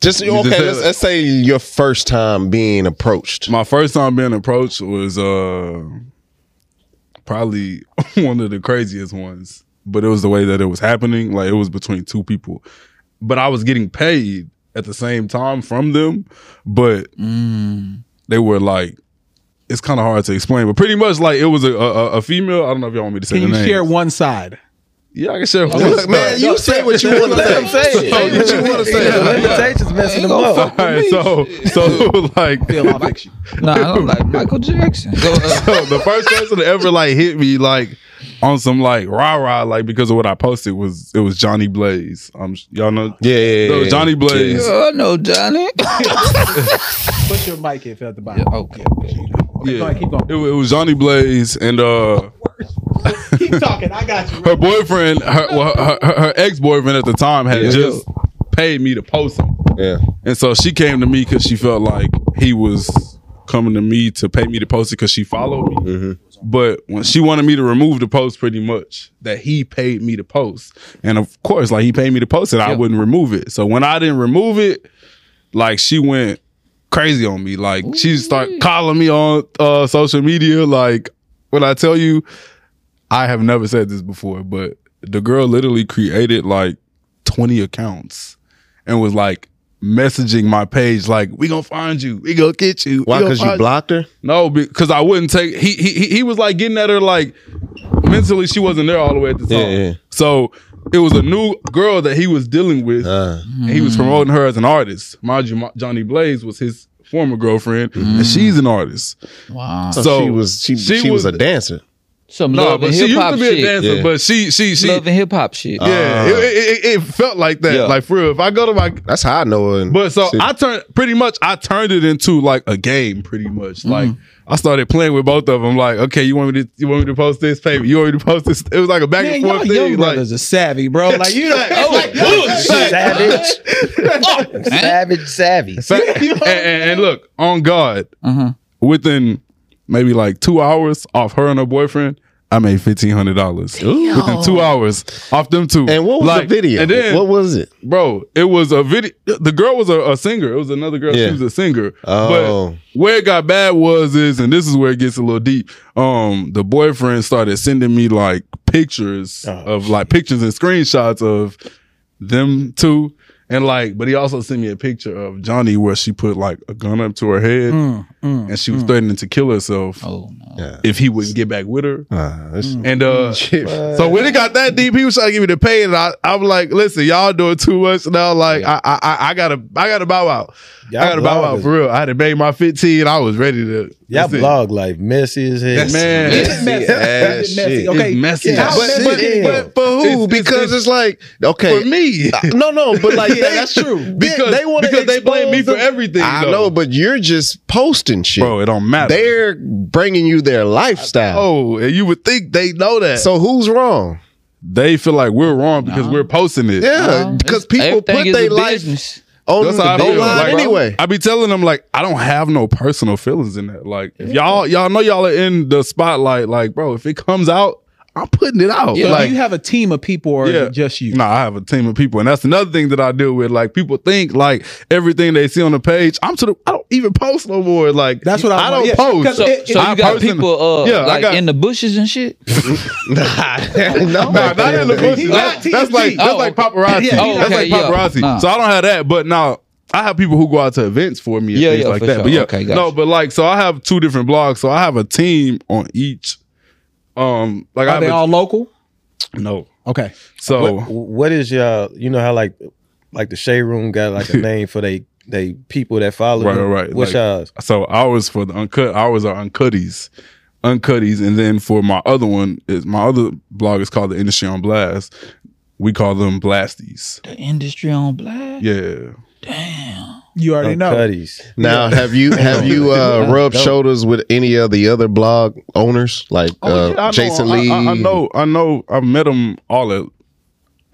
Speaker 4: Just
Speaker 5: just
Speaker 4: okay.
Speaker 5: said
Speaker 4: Let's,
Speaker 5: it.
Speaker 4: let's say your first time being approached.
Speaker 5: My first time being approached was uh probably one of the craziest ones. But it was the way that it was happening. Like it was between two people. But I was getting paid at the same time from them. But
Speaker 2: Mm.
Speaker 5: they were like it's kind of hard to explain, but pretty much like it was a, a, a female. I don't know if y'all want me to say
Speaker 2: Can
Speaker 5: the
Speaker 2: you
Speaker 5: name.
Speaker 2: share one side?
Speaker 5: Yeah, I can share. one
Speaker 4: Look, man, you say what you want to say. Say what you want to
Speaker 3: Yeah,
Speaker 4: say.
Speaker 3: limitations messing them up.
Speaker 5: All right, so so like
Speaker 2: Bill, I'll fix you.
Speaker 6: No, I don't like Michael Jackson. So, uh,
Speaker 5: so the first person to ever like hit me like on some like rah rah like because of what I posted was it was Johnny Blaze. Um, y'all know
Speaker 4: Yeah, yeah,
Speaker 5: So
Speaker 4: yeah, yeah.
Speaker 5: Johnny Blaze.
Speaker 6: oh, no, Johnny.
Speaker 2: Put your mic if at the bottom.
Speaker 6: okay.
Speaker 5: Yeah,
Speaker 2: Go ahead, keep going.
Speaker 5: It, wa- it was Johnny Blaze and uh
Speaker 2: Keep talking. I got you.
Speaker 5: her boyfriend, her well, her, her, her ex boyfriend at the time had just paid me to post him,
Speaker 4: Yeah.
Speaker 5: and so she came to me because she felt like he was coming to me to pay me to post it because she followed me. But when she wanted me to remove the post, pretty much that he paid me to post, and of course, like he paid me to post it, I wouldn't remove it. So when I didn't remove it, like she went crazy on me. Like she started calling me on uh, social media. Like when I tell you, I have never said this before, but the girl literally created like twenty accounts and was like messaging my page like we gonna find you we gonna get you We
Speaker 4: Why?
Speaker 5: gonna
Speaker 4: Because you
Speaker 5: find
Speaker 4: blocked her.
Speaker 5: no, because I wouldn't take. He he he- he was like getting at her like mentally. She wasn't there all the way at the time.
Speaker 4: Yeah, yeah.
Speaker 5: So it was a new girl that he was dealing with.
Speaker 4: Uh.
Speaker 5: and he was promoting her as an artist. Mind you, my- Johnny Blaze was his former girlfriend, and
Speaker 4: Mm.
Speaker 5: she's an artist.
Speaker 6: Wow.
Speaker 4: So,
Speaker 5: So
Speaker 4: she was she,
Speaker 5: she
Speaker 4: she was,
Speaker 5: was-
Speaker 4: a dancer.
Speaker 6: Some
Speaker 5: No,
Speaker 6: love
Speaker 5: but
Speaker 6: and
Speaker 5: she
Speaker 6: hip
Speaker 5: used
Speaker 6: hop
Speaker 5: to be a
Speaker 6: shit.
Speaker 5: dancer.
Speaker 4: Yeah. Uh.
Speaker 5: But she she she.
Speaker 6: Love and hip hop shit.
Speaker 5: yeah, it, it, it- it felt like that.
Speaker 6: Yeah.
Speaker 5: Like for real, if I go to my
Speaker 4: That's how I know her.
Speaker 5: But so
Speaker 4: Shit.
Speaker 5: I turned pretty much I turned it into like a game, pretty
Speaker 4: Mm-hmm.
Speaker 5: much. Like I started playing with both of them. Like, okay, you want me to you want me to post this paper? You want me to post this? It was like a back
Speaker 2: Man,
Speaker 5: and
Speaker 2: y'all
Speaker 5: forth
Speaker 2: young
Speaker 5: thing. Like,
Speaker 2: brothers are savvy, bro. Like you like, oh,
Speaker 3: Savage. savage, savage.
Speaker 5: and, and- and look, on God,
Speaker 6: Uh-huh.
Speaker 4: Mm-hmm.
Speaker 5: within maybe like two hours off her and her boyfriend, I made fifteen hundred dollars within two hours off them two.
Speaker 4: and what was
Speaker 5: Like,
Speaker 4: the video?
Speaker 5: And then,
Speaker 4: what was it?
Speaker 5: bro, it was a video. The girl was a, a singer. It was another girl.
Speaker 4: Yeah.
Speaker 5: She was a singer.
Speaker 4: Oh.
Speaker 5: But where it got bad was is, and this is where it gets a little deep. Um, the boyfriend started sending me like pictures
Speaker 4: Oh,
Speaker 5: of like pictures and screenshots of them two. And like, but he also sent me a picture of Johnny where she put like a gun up to her head
Speaker 4: Mm,
Speaker 5: and she was threatening to kill herself
Speaker 6: Oh, no.
Speaker 5: if he wouldn't get back with her.
Speaker 4: Uh, this-
Speaker 5: And uh,
Speaker 4: Shit.
Speaker 5: so when it got that deep, he was trying to give me the pay, and I, I'm like, listen, y'all doing too much now. Like, I, I, I, I gotta, I gotta bow out. I gotta bow out for real. I had to made my 15. I was ready to.
Speaker 3: Y'all
Speaker 5: that's it.
Speaker 3: blog life messy as hell.
Speaker 5: man.
Speaker 2: it's messy.
Speaker 4: Ass
Speaker 2: It's messy.
Speaker 4: shit.
Speaker 2: Okay,
Speaker 5: It's messy.
Speaker 2: How
Speaker 5: But-
Speaker 2: messy-
Speaker 4: but,
Speaker 3: yeah.
Speaker 4: but for who?
Speaker 5: It's- it's-
Speaker 4: because
Speaker 5: it's-
Speaker 4: it's, like okay,
Speaker 5: For me,
Speaker 4: no, no, but like
Speaker 2: Yeah, that's true.
Speaker 5: because they,
Speaker 4: want
Speaker 5: because they blame me for everything.
Speaker 4: I
Speaker 5: though.
Speaker 4: know, but you're just posting shit.
Speaker 5: bro. It don't matter.
Speaker 4: They're bringing you their lifestyle.
Speaker 5: oh, and you would think they know that.
Speaker 4: So who's wrong?
Speaker 5: they feel like we're wrong because we're posting it.
Speaker 4: Yeah, because people put
Speaker 6: Uh-huh. Everything is
Speaker 4: their
Speaker 6: a
Speaker 4: life
Speaker 6: business.
Speaker 4: on
Speaker 5: That's
Speaker 4: the
Speaker 5: how I feel.
Speaker 4: goal line
Speaker 5: Like,
Speaker 4: anyway.
Speaker 5: I be telling them like I don't have no personal feelings in that. Like if y'all y'all know y'all are in the spotlight. Like bro, if it comes out, I'm putting it out.
Speaker 2: Yeah,
Speaker 5: like
Speaker 2: do you have a team of people, or is it just you?
Speaker 5: No, I have a team of people, and that's another thing that I deal with. Like people think like everything they see on the page. I'm to the. I don't even post no more. Like
Speaker 2: That's what I
Speaker 5: I don't
Speaker 2: want, yeah. 'Cause
Speaker 5: post.
Speaker 6: So,
Speaker 2: It-
Speaker 6: so
Speaker 5: I
Speaker 6: you got
Speaker 5: personally-
Speaker 6: people uh,
Speaker 5: Yeah, I
Speaker 6: like
Speaker 5: got-
Speaker 6: in the bushes and shit?
Speaker 4: no,
Speaker 5: Nah, not in the bushes. That's, that's like that's
Speaker 6: Oh,
Speaker 5: like paparazzi.
Speaker 6: Yeah, he
Speaker 5: that's
Speaker 6: okay,
Speaker 5: like
Speaker 6: yeah.
Speaker 5: paparazzi.
Speaker 6: Nah.
Speaker 5: So I don't have that, but now I have people who go out to events for me and
Speaker 6: Yeah,
Speaker 5: things
Speaker 6: yeah,
Speaker 5: like
Speaker 6: for
Speaker 5: that.
Speaker 6: sure.
Speaker 5: But yeah,
Speaker 6: Okay, gotcha.
Speaker 5: no, but like so I have two different blogs, so I have a team on each. Um, like I
Speaker 2: Are
Speaker 5: have
Speaker 2: they
Speaker 5: a-
Speaker 2: all local?
Speaker 5: no.
Speaker 2: Okay.
Speaker 5: So
Speaker 3: What is y'all? You know how like like the shade room got like a name for they they people that follow.
Speaker 5: Right,
Speaker 3: them.
Speaker 5: right, right.
Speaker 3: What's
Speaker 5: Like-
Speaker 3: ours?
Speaker 5: So ours for the uncut, ours are uncutties, uncutties, and then for my other one is my other blog is called the Industry on Blast. We call them blasties.
Speaker 6: The industry on black.
Speaker 5: Yeah,
Speaker 6: Damn.
Speaker 2: You already know.
Speaker 3: Oh, Cuddies.
Speaker 4: Now, have you have you uh, rubbed
Speaker 3: Dope.
Speaker 4: shoulders with any of the other blog owners like
Speaker 5: Oh,
Speaker 4: uh,
Speaker 5: yeah, I know.
Speaker 4: Jason
Speaker 5: I-
Speaker 4: Lee?
Speaker 5: I, I know, I know. I've met them all at.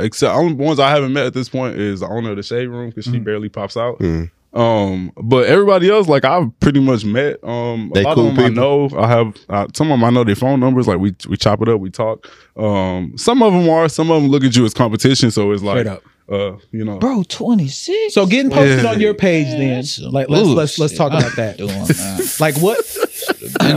Speaker 5: Except only ones I haven't met at this point is the owner of the shade room because she barely pops out.
Speaker 4: Mm.
Speaker 5: Um, but everybody else, like I've pretty much met. Um,
Speaker 4: They
Speaker 5: a lot
Speaker 4: cool
Speaker 5: of them I
Speaker 4: people?
Speaker 5: know. I have uh, some of them I know their phone numbers. Like we we chop it up, we talk. Um, some of them are. Some of them look at you as competition, so it's like,
Speaker 2: Straight up.
Speaker 5: uh, you know,
Speaker 6: Bro, 26.
Speaker 2: So getting posted
Speaker 5: Yeah.
Speaker 2: on your page then. Like let's let's let's talk about that. Like what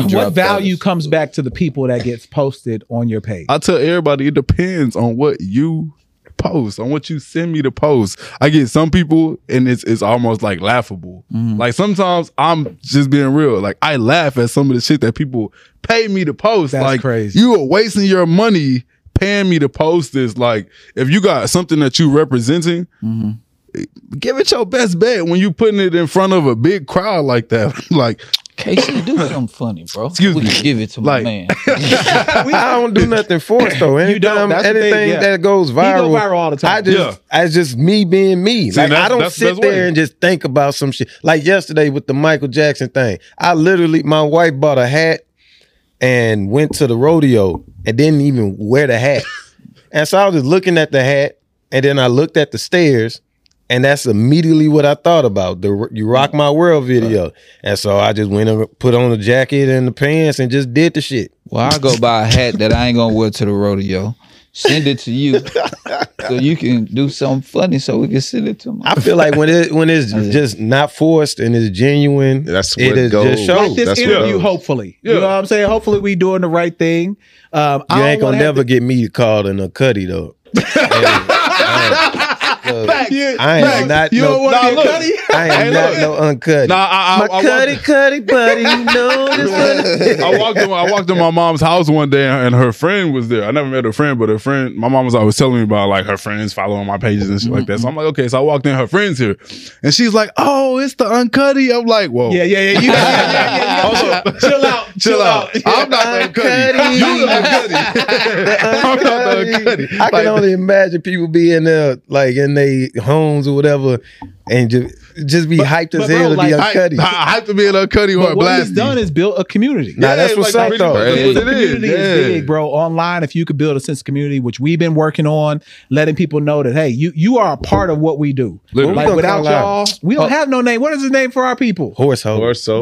Speaker 2: what value comes back to the people that gets posted on your page?
Speaker 5: I tell everybody it depends on what you post, on what you send me to post. I get some people and it's it's almost like laughable.
Speaker 3: Mm-hmm.
Speaker 5: Like sometimes I'm just being real. Like I laugh at some of the shit that people pay me to post.
Speaker 2: That's
Speaker 5: like
Speaker 2: crazy.
Speaker 5: you are wasting your money paying me to post this. Like if you got something that you representing,
Speaker 3: Mm-hmm.
Speaker 5: give it your best bet when you putting it in front of a big crowd like that. like
Speaker 6: Casey, do something funny, bro.
Speaker 5: Excuse
Speaker 6: we
Speaker 5: me.
Speaker 6: can give it to my
Speaker 5: Like-
Speaker 6: man.
Speaker 3: I don't do nothing for it though. Anytime,
Speaker 2: don't. That's the thing,
Speaker 3: anything
Speaker 2: yeah.
Speaker 3: that goes
Speaker 2: go
Speaker 3: viral,
Speaker 2: viral all the time.
Speaker 3: I just,
Speaker 5: Yeah.
Speaker 3: I just me being me.
Speaker 5: See,
Speaker 3: like
Speaker 5: that's-
Speaker 3: I don't
Speaker 5: that's the
Speaker 3: sit
Speaker 5: best
Speaker 3: there
Speaker 5: way.
Speaker 3: and just think about some shit. Like yesterday with the Michael Jackson thing, I literally, my wife bought a hat and went to the rodeo and didn't even wear the hat. and so I was just looking at the hat, and then I looked at the stairs. And that's immediately what I thought about the "You Rock My World" video, and so I just went and put on the jacket and the pants and just did the shit.
Speaker 6: Well, I go buy a hat that I ain't gonna wear to the rodeo. Send it to you so you can do something funny so we can send it to my
Speaker 3: I feel like when it when it's just not forced and it's genuine,
Speaker 4: That's
Speaker 3: it
Speaker 4: what
Speaker 3: is
Speaker 4: goes.
Speaker 3: just shows.
Speaker 4: Like
Speaker 2: this
Speaker 4: that's what
Speaker 2: interview,
Speaker 4: goes.
Speaker 2: hopefully. You know what I'm saying? Hopefully we doing the right thing. Um I
Speaker 3: you
Speaker 2: don't
Speaker 3: ain't
Speaker 2: wanna
Speaker 3: gonna
Speaker 2: have
Speaker 3: never get me called in a cutty though.
Speaker 5: yeah,
Speaker 3: I am not
Speaker 2: You don't
Speaker 3: no,
Speaker 2: want to
Speaker 5: Nah,
Speaker 2: get
Speaker 5: look.
Speaker 2: cutty?
Speaker 3: I am not no uncutty.
Speaker 5: Nah, I, I,
Speaker 3: My
Speaker 5: I, I
Speaker 3: cutty cutty buddy, you know this one.
Speaker 5: I walked in, I walked in my mom's house one day and her friend was there. I never met her friend, but her friend, my mom was always telling me about like her friends following my pages and shit like that. So I'm like, okay, so I walked in, her friends here, and she's like, oh, it's the uncutty. I'm like, whoa,
Speaker 2: Yeah, yeah, yeah. You got, yeah, yeah, yeah, you got- chill out,
Speaker 5: chill, out. I'm not the uncutty.
Speaker 3: Uncutty.
Speaker 5: You the uncutty. I'm not the
Speaker 3: Uncutty.
Speaker 5: uncutty.
Speaker 3: I can
Speaker 5: Like,
Speaker 3: only imagine people being there, like in their homes or whatever, and just just be hyped as
Speaker 2: but
Speaker 3: hell
Speaker 2: bro,
Speaker 3: to be
Speaker 2: like,
Speaker 5: I,
Speaker 3: uncutty.
Speaker 5: I have to be an uncutty or
Speaker 2: But
Speaker 5: a
Speaker 2: what he's
Speaker 5: blasty.
Speaker 2: done is built a community.
Speaker 3: Nah, that's what's up, though.
Speaker 5: really-
Speaker 4: It is.
Speaker 5: it is,
Speaker 2: community is,
Speaker 5: yeah.
Speaker 2: big, bro. Online, if you could build a sense of community, which we've been working on, letting people know that hey, you you are a part of what we do.
Speaker 5: Literally.
Speaker 2: Like
Speaker 3: What we gonna
Speaker 2: without
Speaker 3: call out?
Speaker 2: y'all, we don't have no name. What is the name for our people?
Speaker 3: Horse hoe.
Speaker 4: Or so.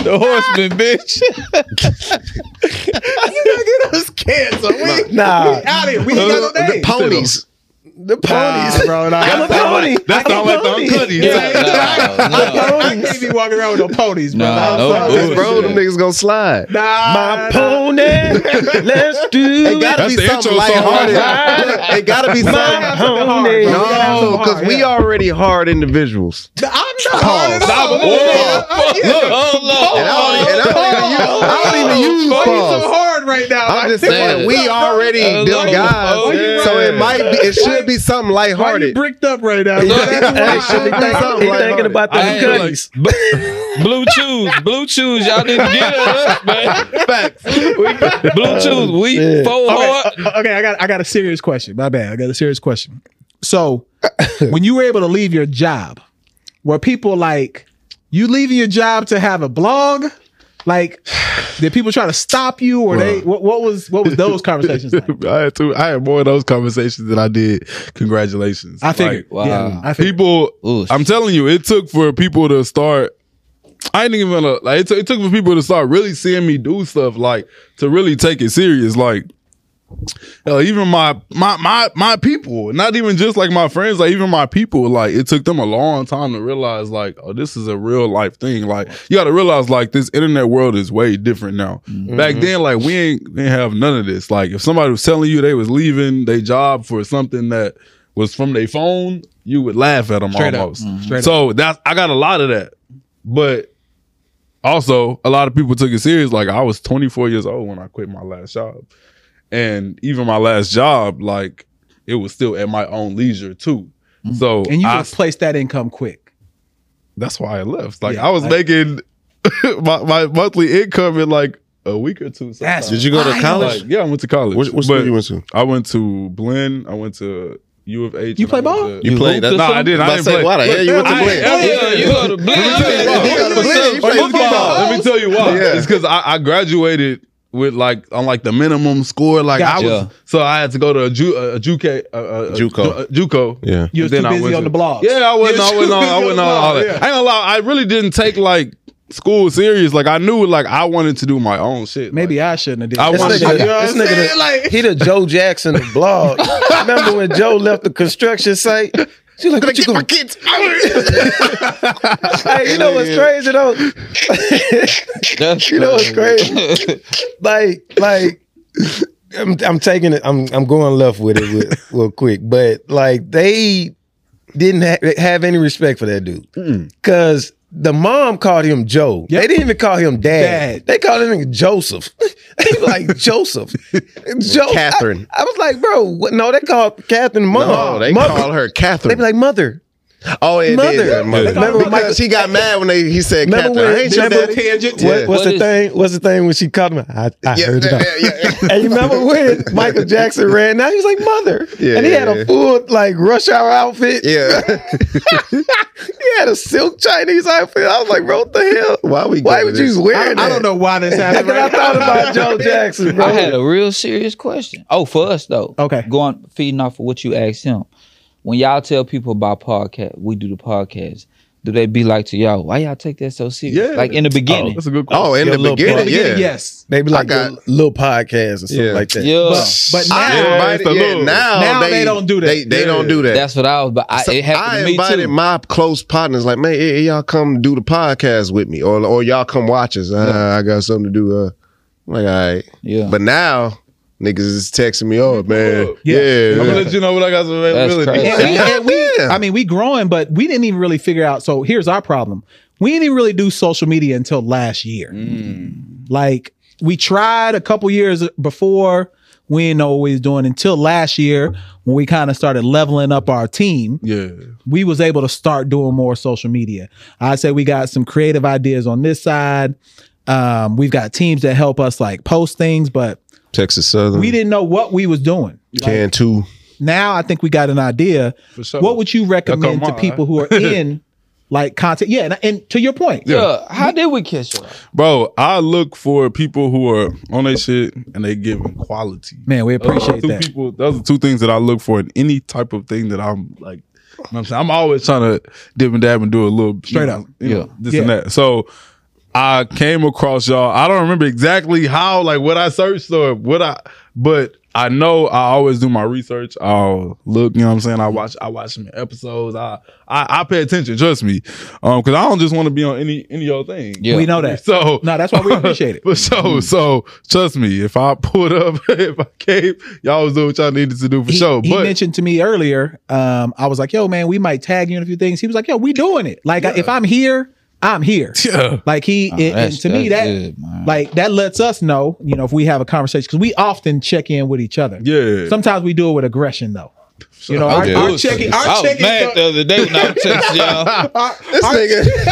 Speaker 6: the horseman, bitch.
Speaker 3: Nah,
Speaker 2: Out here, we ain't got no name.
Speaker 4: Ponies.
Speaker 3: the ponies.
Speaker 2: bro. Nah, I'm a pony.
Speaker 5: That's not like the uncutty.
Speaker 6: no,
Speaker 2: I can't be walking around with no ponies, bro.
Speaker 6: Nah,
Speaker 2: I'm
Speaker 6: no
Speaker 2: sorry.
Speaker 6: bullshit.
Speaker 4: Bro, them niggas gonna slide.
Speaker 2: Nah,
Speaker 3: My
Speaker 2: nah.
Speaker 3: pony, let's do
Speaker 4: It gotta
Speaker 5: That's
Speaker 4: be
Speaker 5: the intro
Speaker 4: something
Speaker 5: song.
Speaker 4: lighthearted. it gotta be
Speaker 2: That's
Speaker 4: something.
Speaker 2: the hard, bro.
Speaker 3: Pony.
Speaker 2: You gotta have some
Speaker 4: No,
Speaker 2: hard,
Speaker 4: because we
Speaker 2: yeah.
Speaker 4: already hard individuals.
Speaker 2: I'm not hard at
Speaker 4: Pause.
Speaker 2: all.
Speaker 4: Stop. And I don't, and I don't even use, I don't even use
Speaker 2: Why you so
Speaker 4: pause.
Speaker 2: hard right now?
Speaker 4: I'm
Speaker 2: Like,
Speaker 4: just
Speaker 2: why-
Speaker 4: saying, we already
Speaker 6: Uh,
Speaker 4: them
Speaker 6: look,
Speaker 4: guys,
Speaker 6: why
Speaker 5: you
Speaker 4: so it
Speaker 5: running?
Speaker 4: might be, it should be something
Speaker 2: Why you
Speaker 4: lighthearted.
Speaker 2: bricked up right now?
Speaker 4: It should be something
Speaker 3: He thinking
Speaker 4: lighthearted.
Speaker 3: about the
Speaker 6: I ain't
Speaker 3: cutties.
Speaker 6: Blue chews, blue chews, y'all didn't get it up, man. Facts. Blue chews, we
Speaker 3: shit.
Speaker 6: four hard.
Speaker 2: Uh, okay, I got I got a serious question. My bad. I got a serious question. So, when you were able to leave your job, were people like you leaving your job to have a blog? Like, did people try to stop you, or they what, what was what was those conversations like?
Speaker 5: I had two. I had more of those conversations than I did. Congratulations.
Speaker 2: I figured.
Speaker 6: Like,
Speaker 2: Yeah,
Speaker 6: wow.
Speaker 2: I figured.
Speaker 5: people
Speaker 6: Ooh,
Speaker 5: i'm telling you it took for people to start i ain't even gonna like it, took- it took for people to start really seeing me do stuff like to really take it serious like hell, even my my my my people not even just like my friends like even my people like it took them a long time to realize like oh this is a real life thing like you gotta realize like this internet world is way different now
Speaker 2: Mm-hmm.
Speaker 5: back then like we ain't we didn't have none of this like if somebody was telling you they was leaving their job for something that was from their phone, you would laugh at them
Speaker 2: Straight up.
Speaker 5: almost.
Speaker 2: Mhm. Straight
Speaker 5: So that's I got a lot of that, but also a lot of people took it serious. Like I was 24 years old when I quit my last job, and even my last job, like it was still at my own leisure too. So
Speaker 2: Mm-hmm. And you
Speaker 5: I,
Speaker 2: replace that income quick.
Speaker 5: that's why I left. Like
Speaker 2: Yeah,
Speaker 5: I was
Speaker 2: like-
Speaker 5: making my, my monthly income in like a week or two.
Speaker 2: That's
Speaker 5: sometimes.
Speaker 4: Did you go to
Speaker 2: Wild.
Speaker 4: college?
Speaker 5: like yeah, I went to college.
Speaker 4: What, what
Speaker 5: but
Speaker 4: school you went to?
Speaker 5: I went to Blinn. I went to U of H.
Speaker 2: You
Speaker 5: and
Speaker 2: play
Speaker 5: I went
Speaker 2: ball? Oh,
Speaker 5: to-
Speaker 4: You played that?
Speaker 5: No, I didn't. I
Speaker 4: I
Speaker 5: didn't
Speaker 4: say,
Speaker 5: play.
Speaker 4: why the hell you went to
Speaker 5: I
Speaker 4: Blinn?
Speaker 5: ain't ever-
Speaker 6: Yeah, you go to Blinn.
Speaker 4: Yeah,
Speaker 6: I
Speaker 4: but
Speaker 6: mean,
Speaker 4: still, you play
Speaker 5: Football.
Speaker 4: football.
Speaker 5: Let me tell you why.
Speaker 4: Yeah.
Speaker 5: It's because I, I graduated with like on like the minimum score. Like I was,
Speaker 6: Gotcha.
Speaker 5: so I had to go to a, ju- a, a JUCO, a, a, a
Speaker 4: JUCO.
Speaker 5: a JUCO.
Speaker 4: Yeah.
Speaker 2: You was
Speaker 5: Then
Speaker 2: too
Speaker 5: I
Speaker 2: busy
Speaker 5: went
Speaker 2: on
Speaker 5: to-
Speaker 2: the blogs.
Speaker 5: Yeah, I wasn't. I wasn't on. I wasn't on all that.
Speaker 2: Yeah.
Speaker 5: I ain't gonna lie. I really didn't take like school serious. Like I knew like I wanted to do my own shit.
Speaker 2: Maybe
Speaker 5: Like,
Speaker 2: I shouldn't have did.
Speaker 5: I
Speaker 2: that.
Speaker 3: This
Speaker 5: wanted to.
Speaker 3: nigga, this nigga the- he the Joe Jackson of blog. Remember when Joe left the construction site? She like, what you
Speaker 4: Get my
Speaker 3: going?
Speaker 4: kids out.
Speaker 3: Hey, you know what's crazy though?
Speaker 6: That's
Speaker 3: You know what's crazy? like, like I'm, I'm taking it. I'm I'm going left with it real, real quick. But like they didn't ha- have any respect for that dude because the mom called him Joe. They didn't even call him Dad.
Speaker 2: Dad.
Speaker 3: They called him nigga Joseph. They were like Joseph, Joe.
Speaker 4: Catherine.
Speaker 3: I, I was like, bro, what? no, they called Catherine mom.
Speaker 4: No, they
Speaker 3: mother.
Speaker 4: call her
Speaker 3: They
Speaker 4: Catherine.
Speaker 3: be like mother.
Speaker 4: oh, it
Speaker 3: mother.
Speaker 4: is that mother.
Speaker 3: They call her
Speaker 4: because
Speaker 3: Michael-
Speaker 4: he got mad when they, he said
Speaker 3: Remember
Speaker 4: Catherine.
Speaker 3: when-
Speaker 4: I ain't your
Speaker 3: remember-
Speaker 4: daddy.
Speaker 2: Tangent.
Speaker 4: Yeah.
Speaker 3: What's
Speaker 6: What
Speaker 3: the
Speaker 6: is-
Speaker 3: thing? What's the thing when she called me? I, I
Speaker 4: Yeah,
Speaker 3: heard it.
Speaker 4: yeah, yeah, yeah.
Speaker 3: And you remember when Michael Jackson ran out? He was like, mother.
Speaker 4: Yeah,
Speaker 3: and he had
Speaker 4: yeah.
Speaker 3: a full like rush hour outfit.
Speaker 4: Yeah.
Speaker 3: He had a silk Chinese outfit. I was like, bro, what the hell?
Speaker 4: Why we
Speaker 3: Why
Speaker 4: doing
Speaker 3: would
Speaker 4: this?
Speaker 3: you wear that?
Speaker 2: I don't know why this
Speaker 3: That's
Speaker 2: happened.
Speaker 3: what I
Speaker 2: Right
Speaker 3: thought about Joe Jackson, bro.
Speaker 6: I had a real serious question. Oh, for us though.
Speaker 2: Okay.
Speaker 6: Going feeding off of what you asked him. When y'all tell people about podcast, we do the podcast. Do they be like to y'all? Why y'all take that so serious?
Speaker 5: Yeah.
Speaker 6: Like in the beginning.
Speaker 5: That's a good question.
Speaker 4: Oh, in
Speaker 3: Your
Speaker 4: the
Speaker 3: little
Speaker 4: beginning,
Speaker 3: brother.
Speaker 4: yeah.
Speaker 2: Yes.
Speaker 3: Maybe like
Speaker 4: got-
Speaker 3: a little podcast or something
Speaker 4: Yeah.
Speaker 3: like that.
Speaker 6: yeah,
Speaker 2: But, but now,
Speaker 4: I
Speaker 5: Yeah,
Speaker 4: invited,
Speaker 5: it's a
Speaker 4: yeah,
Speaker 5: little-
Speaker 4: now,
Speaker 2: Now they don't do that.
Speaker 4: They, they don't do that.
Speaker 6: that's what I was. But I,
Speaker 4: So
Speaker 6: it happened
Speaker 4: I
Speaker 6: to me
Speaker 4: invited
Speaker 6: too.
Speaker 4: my close partners, like, man, hey, y'all come do the podcast with me, or or y'all come watch us. Uh, I got something to do. Uh, I'm like, all right.
Speaker 6: yeah,
Speaker 4: But now niggas is texting me, oh man, yeah,
Speaker 2: Yeah.
Speaker 5: I'm gonna let you know what I got some availability.
Speaker 6: crazy.
Speaker 2: and we,
Speaker 4: Yeah.
Speaker 2: and we-
Speaker 4: Yeah.
Speaker 2: I mean, we growing, but we didn't even really figure out. So here's our problem: we didn't even really do social media until last year. Like we tried a couple years before. We didn't know what we was doing until last year when we kind of started leveling up our team.
Speaker 5: Yeah.
Speaker 2: We was able to start doing more social media. I say we got some creative ideas on this side. Um, we've got teams that help us like post things, but
Speaker 4: Texas Southern,
Speaker 2: we didn't know what we was doing.
Speaker 4: can too.
Speaker 2: Now I think we got an idea.
Speaker 5: For sure.
Speaker 2: What would you recommend
Speaker 5: come
Speaker 2: to
Speaker 5: on.
Speaker 2: people who are in like content? Yeah, and, and to your point,
Speaker 6: yeah. How did we catch up?
Speaker 5: Bro, I look for people who are on their shit and they giving quality.
Speaker 2: man, we appreciate
Speaker 5: Uh, two
Speaker 2: that.
Speaker 5: people. Those are two things that I look for in any type of thing that I'm like. you know what I'm saying I'm always trying to dip and dab and do a little
Speaker 2: Straight
Speaker 5: you
Speaker 2: up.
Speaker 5: know, you know,
Speaker 6: Yeah.
Speaker 5: this
Speaker 2: Yeah.
Speaker 5: and that. So I came across y'all. I don't remember exactly how, like, what I searched or what I, but I know I always do my research. I'll look, you know what I'm saying. I watch, I watch some episodes. I, I, I pay attention. Trust me, um, because I don't just want to be on any any old thing.
Speaker 6: Yeah.
Speaker 2: We know that.
Speaker 5: So
Speaker 2: No, that's why we appreciate it.
Speaker 5: But so so trust me, if I pulled up, if I came, y'all was doing what y'all needed to do for
Speaker 2: He,
Speaker 5: sure.
Speaker 2: he
Speaker 5: But
Speaker 2: mentioned to me earlier. Um, I was like, "Yo, man, we might tag you in a few things." He was like, "Yo, we doing it. Like, if I'm here, I'm here."
Speaker 5: yeah,
Speaker 2: Like he, and, and to me, that like that lets us know, you know, if we have a conversation because we often check in with each other.
Speaker 5: yeah.
Speaker 2: Sometimes we do it with aggression, though. You know, our,
Speaker 4: Okay.
Speaker 2: our checking,
Speaker 6: I
Speaker 2: our
Speaker 6: was
Speaker 2: checking,
Speaker 6: mad the other day when I was texting y'all.
Speaker 4: This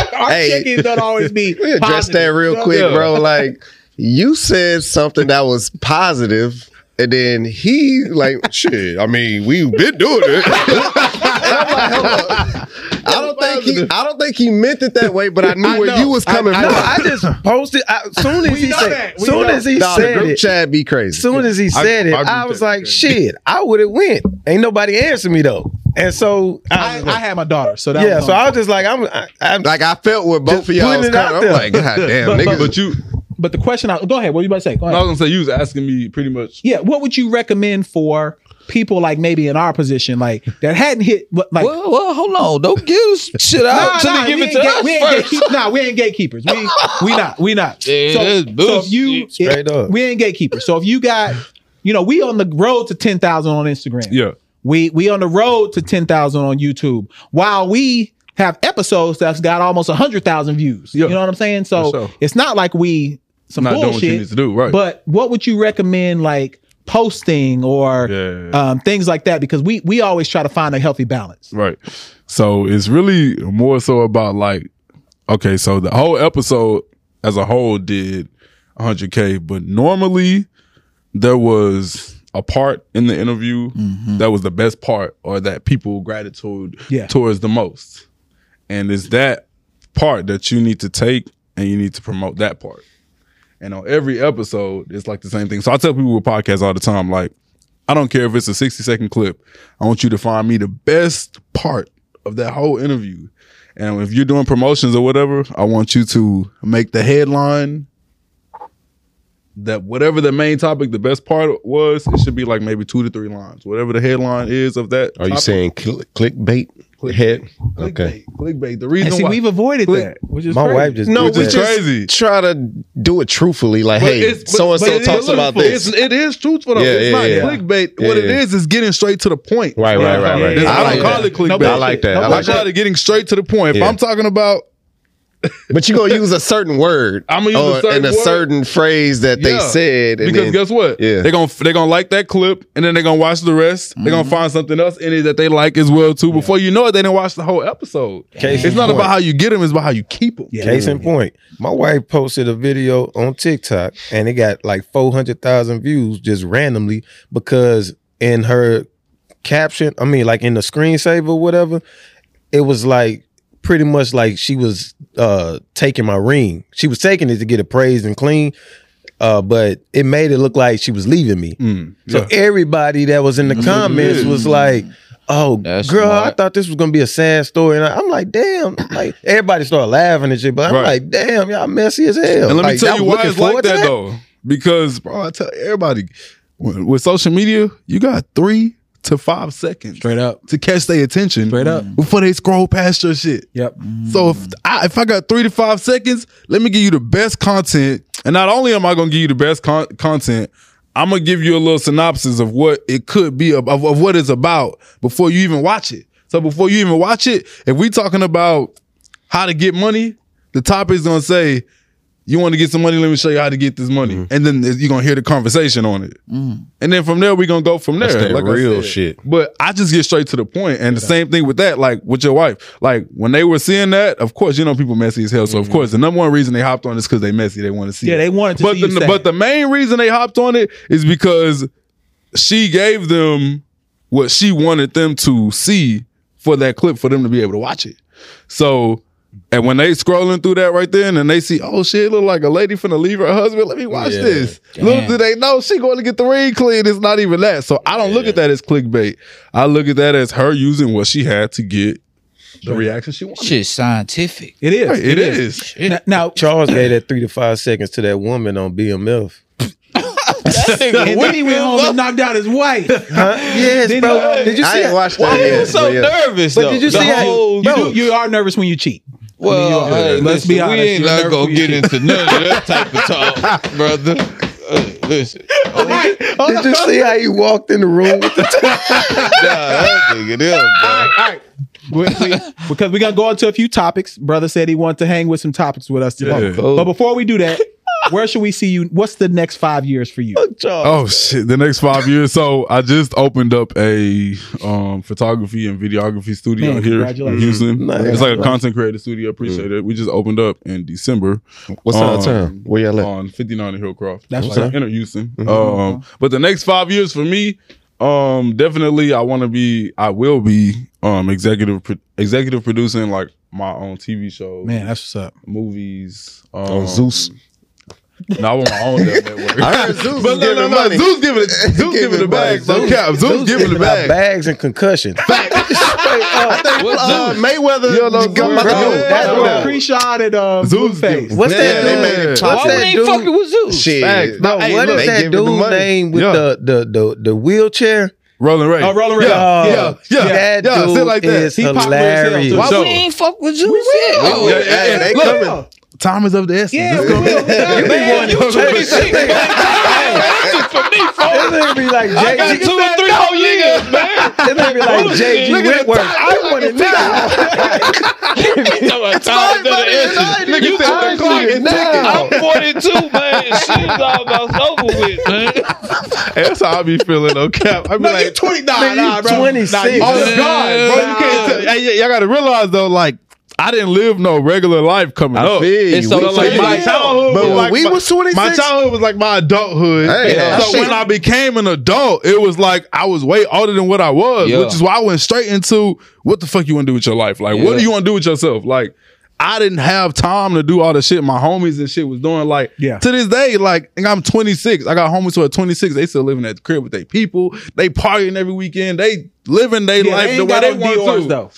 Speaker 4: nigga,
Speaker 2: our
Speaker 4: Hey.
Speaker 2: check-ins don't always be.
Speaker 4: we address
Speaker 2: positive.
Speaker 4: that real
Speaker 2: Yeah.
Speaker 4: quick, bro. Like you said something that was positive, and then he like, shit. I mean, we've been doing it. I don't think he. I don't think he meant it that way, but I knew
Speaker 2: I
Speaker 4: where
Speaker 2: know.
Speaker 4: you was
Speaker 2: I-
Speaker 4: coming
Speaker 2: I
Speaker 3: No,
Speaker 4: from.
Speaker 3: I just posted. I, soon as he
Speaker 2: know
Speaker 3: said,
Speaker 2: that. We
Speaker 3: soon
Speaker 2: know.
Speaker 3: as he
Speaker 4: Nah, the
Speaker 3: said
Speaker 4: group
Speaker 3: it,
Speaker 4: chat be crazy.
Speaker 3: soon as he
Speaker 5: I-
Speaker 3: said it,
Speaker 5: I agree
Speaker 3: I,
Speaker 5: with
Speaker 3: was
Speaker 5: that.
Speaker 3: like, shit, I would have went. Ain't nobody answered me though, and so I,
Speaker 2: I, I had my daughter, so that
Speaker 3: yeah,
Speaker 2: was
Speaker 3: so
Speaker 2: on.
Speaker 3: I was just like, I'm, I, I'm
Speaker 4: like I felt where both
Speaker 3: Just
Speaker 4: of y'all
Speaker 3: putting
Speaker 4: was
Speaker 3: it out
Speaker 4: coming.
Speaker 3: there.
Speaker 4: I'm like, God damn,
Speaker 2: But-
Speaker 4: nigga.
Speaker 5: but you,
Speaker 2: But the question, I, go ahead. What were you about to say? Go
Speaker 5: I
Speaker 2: ahead.
Speaker 5: was gonna say you was asking me pretty much.
Speaker 2: Yeah, what would you recommend for people like maybe in our position, like that hadn't hit, what, like.
Speaker 6: Well, well, hold on. Don't give this shit
Speaker 5: Oh,
Speaker 2: Nah,
Speaker 6: out till
Speaker 2: nah,
Speaker 6: they give
Speaker 2: we
Speaker 6: it
Speaker 2: ain't
Speaker 6: to
Speaker 2: ga-
Speaker 6: us
Speaker 2: we ain't
Speaker 6: first.
Speaker 2: gatekeep- nah, we ain't gatekeepers. We we not. We not.
Speaker 6: Yeah,
Speaker 2: so,
Speaker 6: that's
Speaker 2: so if
Speaker 6: bullshit.
Speaker 2: you
Speaker 3: Straight
Speaker 2: if-
Speaker 3: up.
Speaker 2: we ain't gatekeepers. So if you got, you know, we on the road to ten thousand on Instagram.
Speaker 5: Yeah,
Speaker 2: We we on the road to ten thousand on YouTube. While we have episodes that's got almost hundred thousand views.
Speaker 5: Yeah.
Speaker 2: You know what I'm saying? So
Speaker 5: For sure.
Speaker 2: it's not like we some
Speaker 5: not doing
Speaker 2: bullshit.
Speaker 5: what you need to do, right?
Speaker 2: But what would you recommend, like posting or
Speaker 5: Yeah.
Speaker 2: um, things like that because we we always try to find a healthy balance.
Speaker 5: Right. So it's really more so about like, okay, so the whole episode as a whole did 100K, but normally there was a part in the interview that was the best part or that people gratitude
Speaker 2: Yeah.
Speaker 5: towards the most. And it's that part that you need to take and you need to promote that part. And on every episode, it's like the same thing. So I tell people with podcasts all the time, like, I don't care if it's a 60 second clip. I want you to find me the best part of that whole interview. And if you're doing promotions or whatever, I want you to make the headline that whatever the main topic, the best part was, it should be like maybe two to three lines. Whatever the headline is of that.
Speaker 4: Are you
Speaker 5: topic,
Speaker 4: saying cl- clickbait? Head?
Speaker 5: clickbait?
Speaker 4: Okay.
Speaker 5: Clickbait. The
Speaker 2: And
Speaker 5: reason
Speaker 2: see,
Speaker 5: why
Speaker 2: we've avoided
Speaker 5: Click-
Speaker 2: that, which is
Speaker 3: My
Speaker 2: crazy.
Speaker 3: wife just
Speaker 4: No,
Speaker 3: did
Speaker 4: we
Speaker 5: is
Speaker 4: just
Speaker 3: that.
Speaker 5: crazy.
Speaker 4: try to do it truthfully. Like, hey,
Speaker 5: it's-
Speaker 4: so and so
Speaker 5: it's
Speaker 4: talks about
Speaker 5: truthful.
Speaker 4: this.
Speaker 5: It's, it is truthful. Though.
Speaker 4: Yeah,
Speaker 5: it's
Speaker 4: yeah,
Speaker 5: not
Speaker 4: yeah.
Speaker 5: clickbait.
Speaker 4: Yeah,
Speaker 5: what it
Speaker 4: yeah.
Speaker 5: is is getting straight to the point.
Speaker 4: Right, right, right, right.
Speaker 5: That's-
Speaker 4: I
Speaker 5: I,
Speaker 4: like
Speaker 5: don't call
Speaker 4: that.
Speaker 5: it clickbait.
Speaker 2: No
Speaker 4: I like that. I
Speaker 5: I
Speaker 4: like
Speaker 5: call
Speaker 4: that.
Speaker 5: it getting straight to the point. If
Speaker 4: Yeah.
Speaker 5: I'm talking about
Speaker 4: But you gonna use a certain word.
Speaker 5: I'ma use a
Speaker 4: or-
Speaker 5: certain
Speaker 4: and a
Speaker 5: word.
Speaker 4: certain phrase that they
Speaker 5: Yeah.
Speaker 4: said. And
Speaker 5: because
Speaker 4: then,
Speaker 5: guess what?
Speaker 4: Yeah.
Speaker 5: They're gonna they're gonna like that clip and then they're gonna watch the rest. They're
Speaker 4: Mm-hmm.
Speaker 5: gonna find something else in it that they like as well too. Before you know it, they didn't watch the whole episode.
Speaker 3: Case
Speaker 5: It's
Speaker 3: in
Speaker 5: not
Speaker 3: point.
Speaker 5: about how you get them, it's about how you keep them.
Speaker 2: Yeah.
Speaker 3: Case in point, my wife posted a video on TikTok and it got like 400,000 views just randomly because in her caption, I mean, like in the screensaver, or whatever, it was like pretty much like she was uh taking my ring. She was taking it to get it praised and clean. Uh, but it made it look like she was leaving me.
Speaker 5: Mm,
Speaker 3: So everybody that was
Speaker 5: Mm-hmm.
Speaker 3: in the comments was like, "Oh,
Speaker 6: That's
Speaker 3: girl, I
Speaker 6: smart.
Speaker 3: thought this was gonna be a sad story," and I, I'm like, "Damn!" Like everybody started laughing and shit, but I'm
Speaker 5: Right.
Speaker 3: like, "Damn, y'all messy as hell."
Speaker 5: And let me
Speaker 3: Like,
Speaker 5: tell
Speaker 3: y'all
Speaker 5: you why
Speaker 3: looking
Speaker 5: it's like
Speaker 3: forward to
Speaker 5: that, though. Because, bro, I tell everybody with, with social media, you got three to five seconds
Speaker 2: Straight up.
Speaker 5: to catch their attention
Speaker 2: Straight up.
Speaker 5: before they scroll past your shit.
Speaker 2: Yep.
Speaker 5: So if I if I got three to five seconds, let me give you the best content. And not only am I gonna give you the best con- content, I'm gonna give you a little synopsis of what it could be of, of, of what it's about before you even watch it. So before you even watch it, if we talking about how to get money, the topic's gonna say, "You want to get some money? Let me show you how to get this money."
Speaker 4: Mm-hmm.
Speaker 5: And then you're gonna hear the conversation on it.
Speaker 2: Mm-hmm.
Speaker 5: And then from there, we're gonna go from there.
Speaker 4: that
Speaker 5: I
Speaker 4: real
Speaker 5: said.
Speaker 4: shit.
Speaker 5: But I just get straight to the point. And the same thing with that, like with your wife. Like when they were seeing that, of course, you know people messy as hell. So
Speaker 4: Mm-hmm.
Speaker 5: of course, the number one reason they hopped on is because they messy. They want to see.
Speaker 2: Yeah,
Speaker 5: it.
Speaker 2: they wanted to
Speaker 5: But
Speaker 2: see
Speaker 5: the
Speaker 2: you sad.
Speaker 5: but the main reason they hopped on it is because she gave them what she wanted them to see for that clip for them to be able to watch it. So. And when they scrolling through that right then, and they see, oh shit, look like a lady finna leave her husband. Let me watch
Speaker 4: Yeah.
Speaker 5: this. Little do they know she going to get the ring clean. It's not even that. So I don't look at that as clickbait. I look at that as her using what she had to get the reaction she wanted.
Speaker 6: Shit, scientific.
Speaker 2: It is.
Speaker 5: Right, it is.
Speaker 2: Now, now
Speaker 3: Charles gave that three to five seconds to that woman on BMF.
Speaker 2: and then he went home and knocked out his wife.
Speaker 3: Huh? Yes,
Speaker 2: Did
Speaker 3: bro.
Speaker 2: you-
Speaker 3: did you
Speaker 4: I
Speaker 3: see?
Speaker 4: ain't
Speaker 3: How,
Speaker 4: watched that yet. but yeah.
Speaker 6: nervous.
Speaker 3: but did you see? How,
Speaker 2: You,
Speaker 3: bro,
Speaker 2: do, you are nervous when you cheat.
Speaker 6: Well, hey,
Speaker 2: Let's
Speaker 6: listen,
Speaker 2: be honest,
Speaker 6: We ain't
Speaker 2: you're
Speaker 6: not
Speaker 2: nervous
Speaker 6: gonna
Speaker 2: when you
Speaker 6: get into none of that type of talk, brother. Uh, listen,
Speaker 3: did you see how he walked in the room with the
Speaker 6: nah, that nigga, them, bro.
Speaker 2: because we're gonna go into a few topics. Brother said he wanted to hang with some topics with us today.
Speaker 5: Yeah.
Speaker 2: But before we do that, where should we see you? What's the next five years for you?
Speaker 3: Charles?
Speaker 5: Oh shit! The next five years. So I just opened up a um, photography and videography studio
Speaker 2: Man,
Speaker 5: here in
Speaker 2: congratulations.
Speaker 5: Houston.
Speaker 3: Nice. Mm.
Speaker 5: It's like a content creator studio. Appreciate it. We just opened up in December.
Speaker 4: What's
Speaker 5: Um,
Speaker 4: up, town? Where y'all
Speaker 3: um,
Speaker 4: at?
Speaker 5: on 59 in Hillcroft.
Speaker 2: That's
Speaker 5: That's like inner Houston. Um, but the next five years for me, um, definitely I want to be, I will be, um, executive pro- executive producing like my own TV show,
Speaker 2: Man, that's what's up.
Speaker 5: movies. Um,
Speaker 4: On Oh, Zeus.
Speaker 5: No, I want my own damn network.
Speaker 4: I heard Zeus
Speaker 5: But
Speaker 4: is
Speaker 5: no,
Speaker 4: giving
Speaker 5: no, no,
Speaker 4: money.
Speaker 5: Zeus giving it, Zeus
Speaker 4: Giving
Speaker 5: giving the
Speaker 4: bags.
Speaker 5: bags. No
Speaker 4: Zeus-
Speaker 5: cap, Zeus giving the
Speaker 3: About
Speaker 5: bags.
Speaker 3: bags and concussion.
Speaker 4: I think uh, Mayweather got my
Speaker 3: Bro, that's
Speaker 4: Yeah.
Speaker 3: what-
Speaker 2: Pre-shot at uh,
Speaker 5: Zeus
Speaker 2: Blueface.
Speaker 5: giving-
Speaker 3: What's
Speaker 5: Yeah,
Speaker 3: that?
Speaker 5: they
Speaker 3: dude?
Speaker 5: made it
Speaker 3: What's
Speaker 4: pop.
Speaker 6: Why we
Speaker 3: that
Speaker 6: ain't
Speaker 3: dude?
Speaker 6: fucking with Zeus?
Speaker 4: Shit.
Speaker 5: Facts.
Speaker 3: No,
Speaker 5: Hey,
Speaker 3: what
Speaker 5: look,
Speaker 3: is
Speaker 4: they
Speaker 3: that
Speaker 4: giving the
Speaker 3: dude's
Speaker 4: money.
Speaker 3: name with
Speaker 5: Yeah.
Speaker 3: the, the the the wheelchair?
Speaker 5: Rolling Ray.
Speaker 2: Oh, Rolling Ray.
Speaker 5: Yeah, yeah,
Speaker 3: Oh,
Speaker 5: yeah,
Speaker 3: that
Speaker 5: yeah,
Speaker 3: dude
Speaker 5: shit like that.
Speaker 3: is
Speaker 2: He popular as hell,
Speaker 3: hilarious.
Speaker 2: too.
Speaker 5: Why
Speaker 6: Why
Speaker 5: So-
Speaker 6: we ain't fuck with Zeus? yet?
Speaker 5: Oh, Yeah, yeah, yeah,
Speaker 4: Hey, they
Speaker 5: look,
Speaker 4: coming.
Speaker 5: Time is of the essence.
Speaker 2: Yeah,
Speaker 5: It's
Speaker 2: we
Speaker 5: gonna be-
Speaker 2: will. Yeah,
Speaker 5: It's
Speaker 2: man.
Speaker 5: going-
Speaker 6: You 26, man. That's it for me, folks.
Speaker 3: This nigga be like
Speaker 6: I got
Speaker 3: JG.
Speaker 6: two or three more years, man.
Speaker 3: This nigga be like JG
Speaker 6: Look at the
Speaker 3: Whitworth. I want it now.
Speaker 6: You talking about times of the essence.
Speaker 5: Nigga
Speaker 6: You
Speaker 5: said,
Speaker 6: talking
Speaker 5: Oh, "Clock it now."
Speaker 6: I'm 42, man. Shit's almost over with, man.
Speaker 5: That's how I be feeling, okay? I be
Speaker 2: No, you
Speaker 5: like,
Speaker 2: tweet, nah,
Speaker 5: Man, you
Speaker 2: nah, bro.
Speaker 3: 26.
Speaker 2: Nah, you-
Speaker 5: Oh
Speaker 6: Yeah.
Speaker 5: God, bro! You can't. Tell, hey, y- y'all got to realize though, like I didn't live no regular life coming
Speaker 4: Oh,
Speaker 5: up.
Speaker 6: It's so
Speaker 5: So, like
Speaker 6: Yeah.
Speaker 5: my childhood,
Speaker 4: But
Speaker 5: was
Speaker 4: when
Speaker 5: like
Speaker 4: we
Speaker 5: my,
Speaker 4: was 26
Speaker 5: my childhood was like my adulthood.
Speaker 4: Hey,
Speaker 5: And
Speaker 4: yeah.
Speaker 5: So when I became an adult, it was like I was way older than what I was,
Speaker 6: Yeah.
Speaker 5: which is why I went straight into what the fuck you want to do with your life. Like, what
Speaker 6: Yeah.
Speaker 5: do you want to do with yourself? Like, I didn't have time to do all the shit my homies and shit was doing. Like,
Speaker 2: Yeah.
Speaker 5: to this day, like, and I'm 26. I got homies who are 26. They still living at the crib with their people. They partying every weekend. They living their
Speaker 2: Yeah,
Speaker 5: life
Speaker 2: they
Speaker 5: the
Speaker 2: ain't
Speaker 5: way
Speaker 2: got
Speaker 5: they
Speaker 2: no
Speaker 5: want
Speaker 2: DRs,
Speaker 5: to.
Speaker 2: though.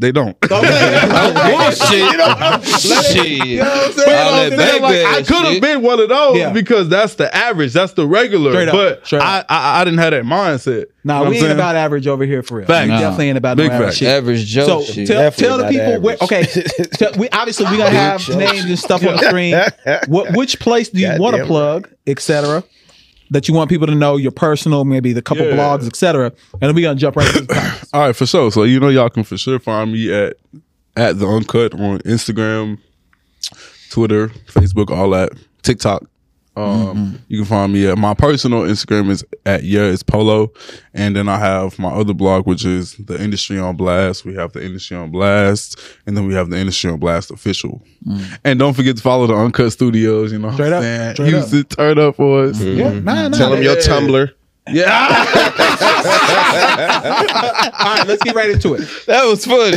Speaker 5: They don't.
Speaker 6: Bullshit. Shit. All that
Speaker 5: saying?
Speaker 6: back
Speaker 5: Like, I
Speaker 6: ass
Speaker 5: could have
Speaker 6: shit.
Speaker 5: been one of those
Speaker 2: Yeah.
Speaker 5: because that's the average, that's the regular.
Speaker 2: Straight up,
Speaker 5: but
Speaker 2: straight
Speaker 5: I,
Speaker 2: up.
Speaker 5: I I didn't have that mindset.
Speaker 2: Nah,
Speaker 5: You know
Speaker 2: we
Speaker 5: what I'm
Speaker 2: ain't
Speaker 5: saying?
Speaker 2: about average over here for real.
Speaker 5: Facts.
Speaker 2: We
Speaker 6: Nah.
Speaker 2: definitely ain't about
Speaker 5: Big
Speaker 2: no average
Speaker 5: facts.
Speaker 2: shit.
Speaker 6: Average Joe
Speaker 2: So
Speaker 6: shit.
Speaker 2: tell,
Speaker 3: Definitely
Speaker 2: tell the
Speaker 3: not
Speaker 2: people
Speaker 3: average.
Speaker 2: where. Okay, tell- we obviously we gonna have names and stuff on the screen. What which place do you
Speaker 3: Goddamn
Speaker 2: want to
Speaker 3: right.
Speaker 2: plug, etc. That you want people to know your personal, maybe the couple
Speaker 5: Yeah.
Speaker 2: blogs, etc. And then we gonna jump right. to the
Speaker 5: All right, for sure. So you know y'all can for sure find me at at the uncut on Instagram, Twitter, Facebook, all that, TikTok. Um, you can find me at my personal Instagram is at yeah it's polo, and then I have my other blog which is the industry on blast. We have the industry on blast, and then we have the industry on blast official. And don't forget to follow the Uncut Studios. You know,
Speaker 2: Straight up,
Speaker 5: what I'm saying?
Speaker 2: straight
Speaker 5: use it, turn up for us.
Speaker 2: yeah, nah, nah.
Speaker 4: Tell them your
Speaker 5: Yeah.
Speaker 4: Tumblr.
Speaker 5: Yeah,
Speaker 2: All right, let's get right into it.
Speaker 6: that was funny.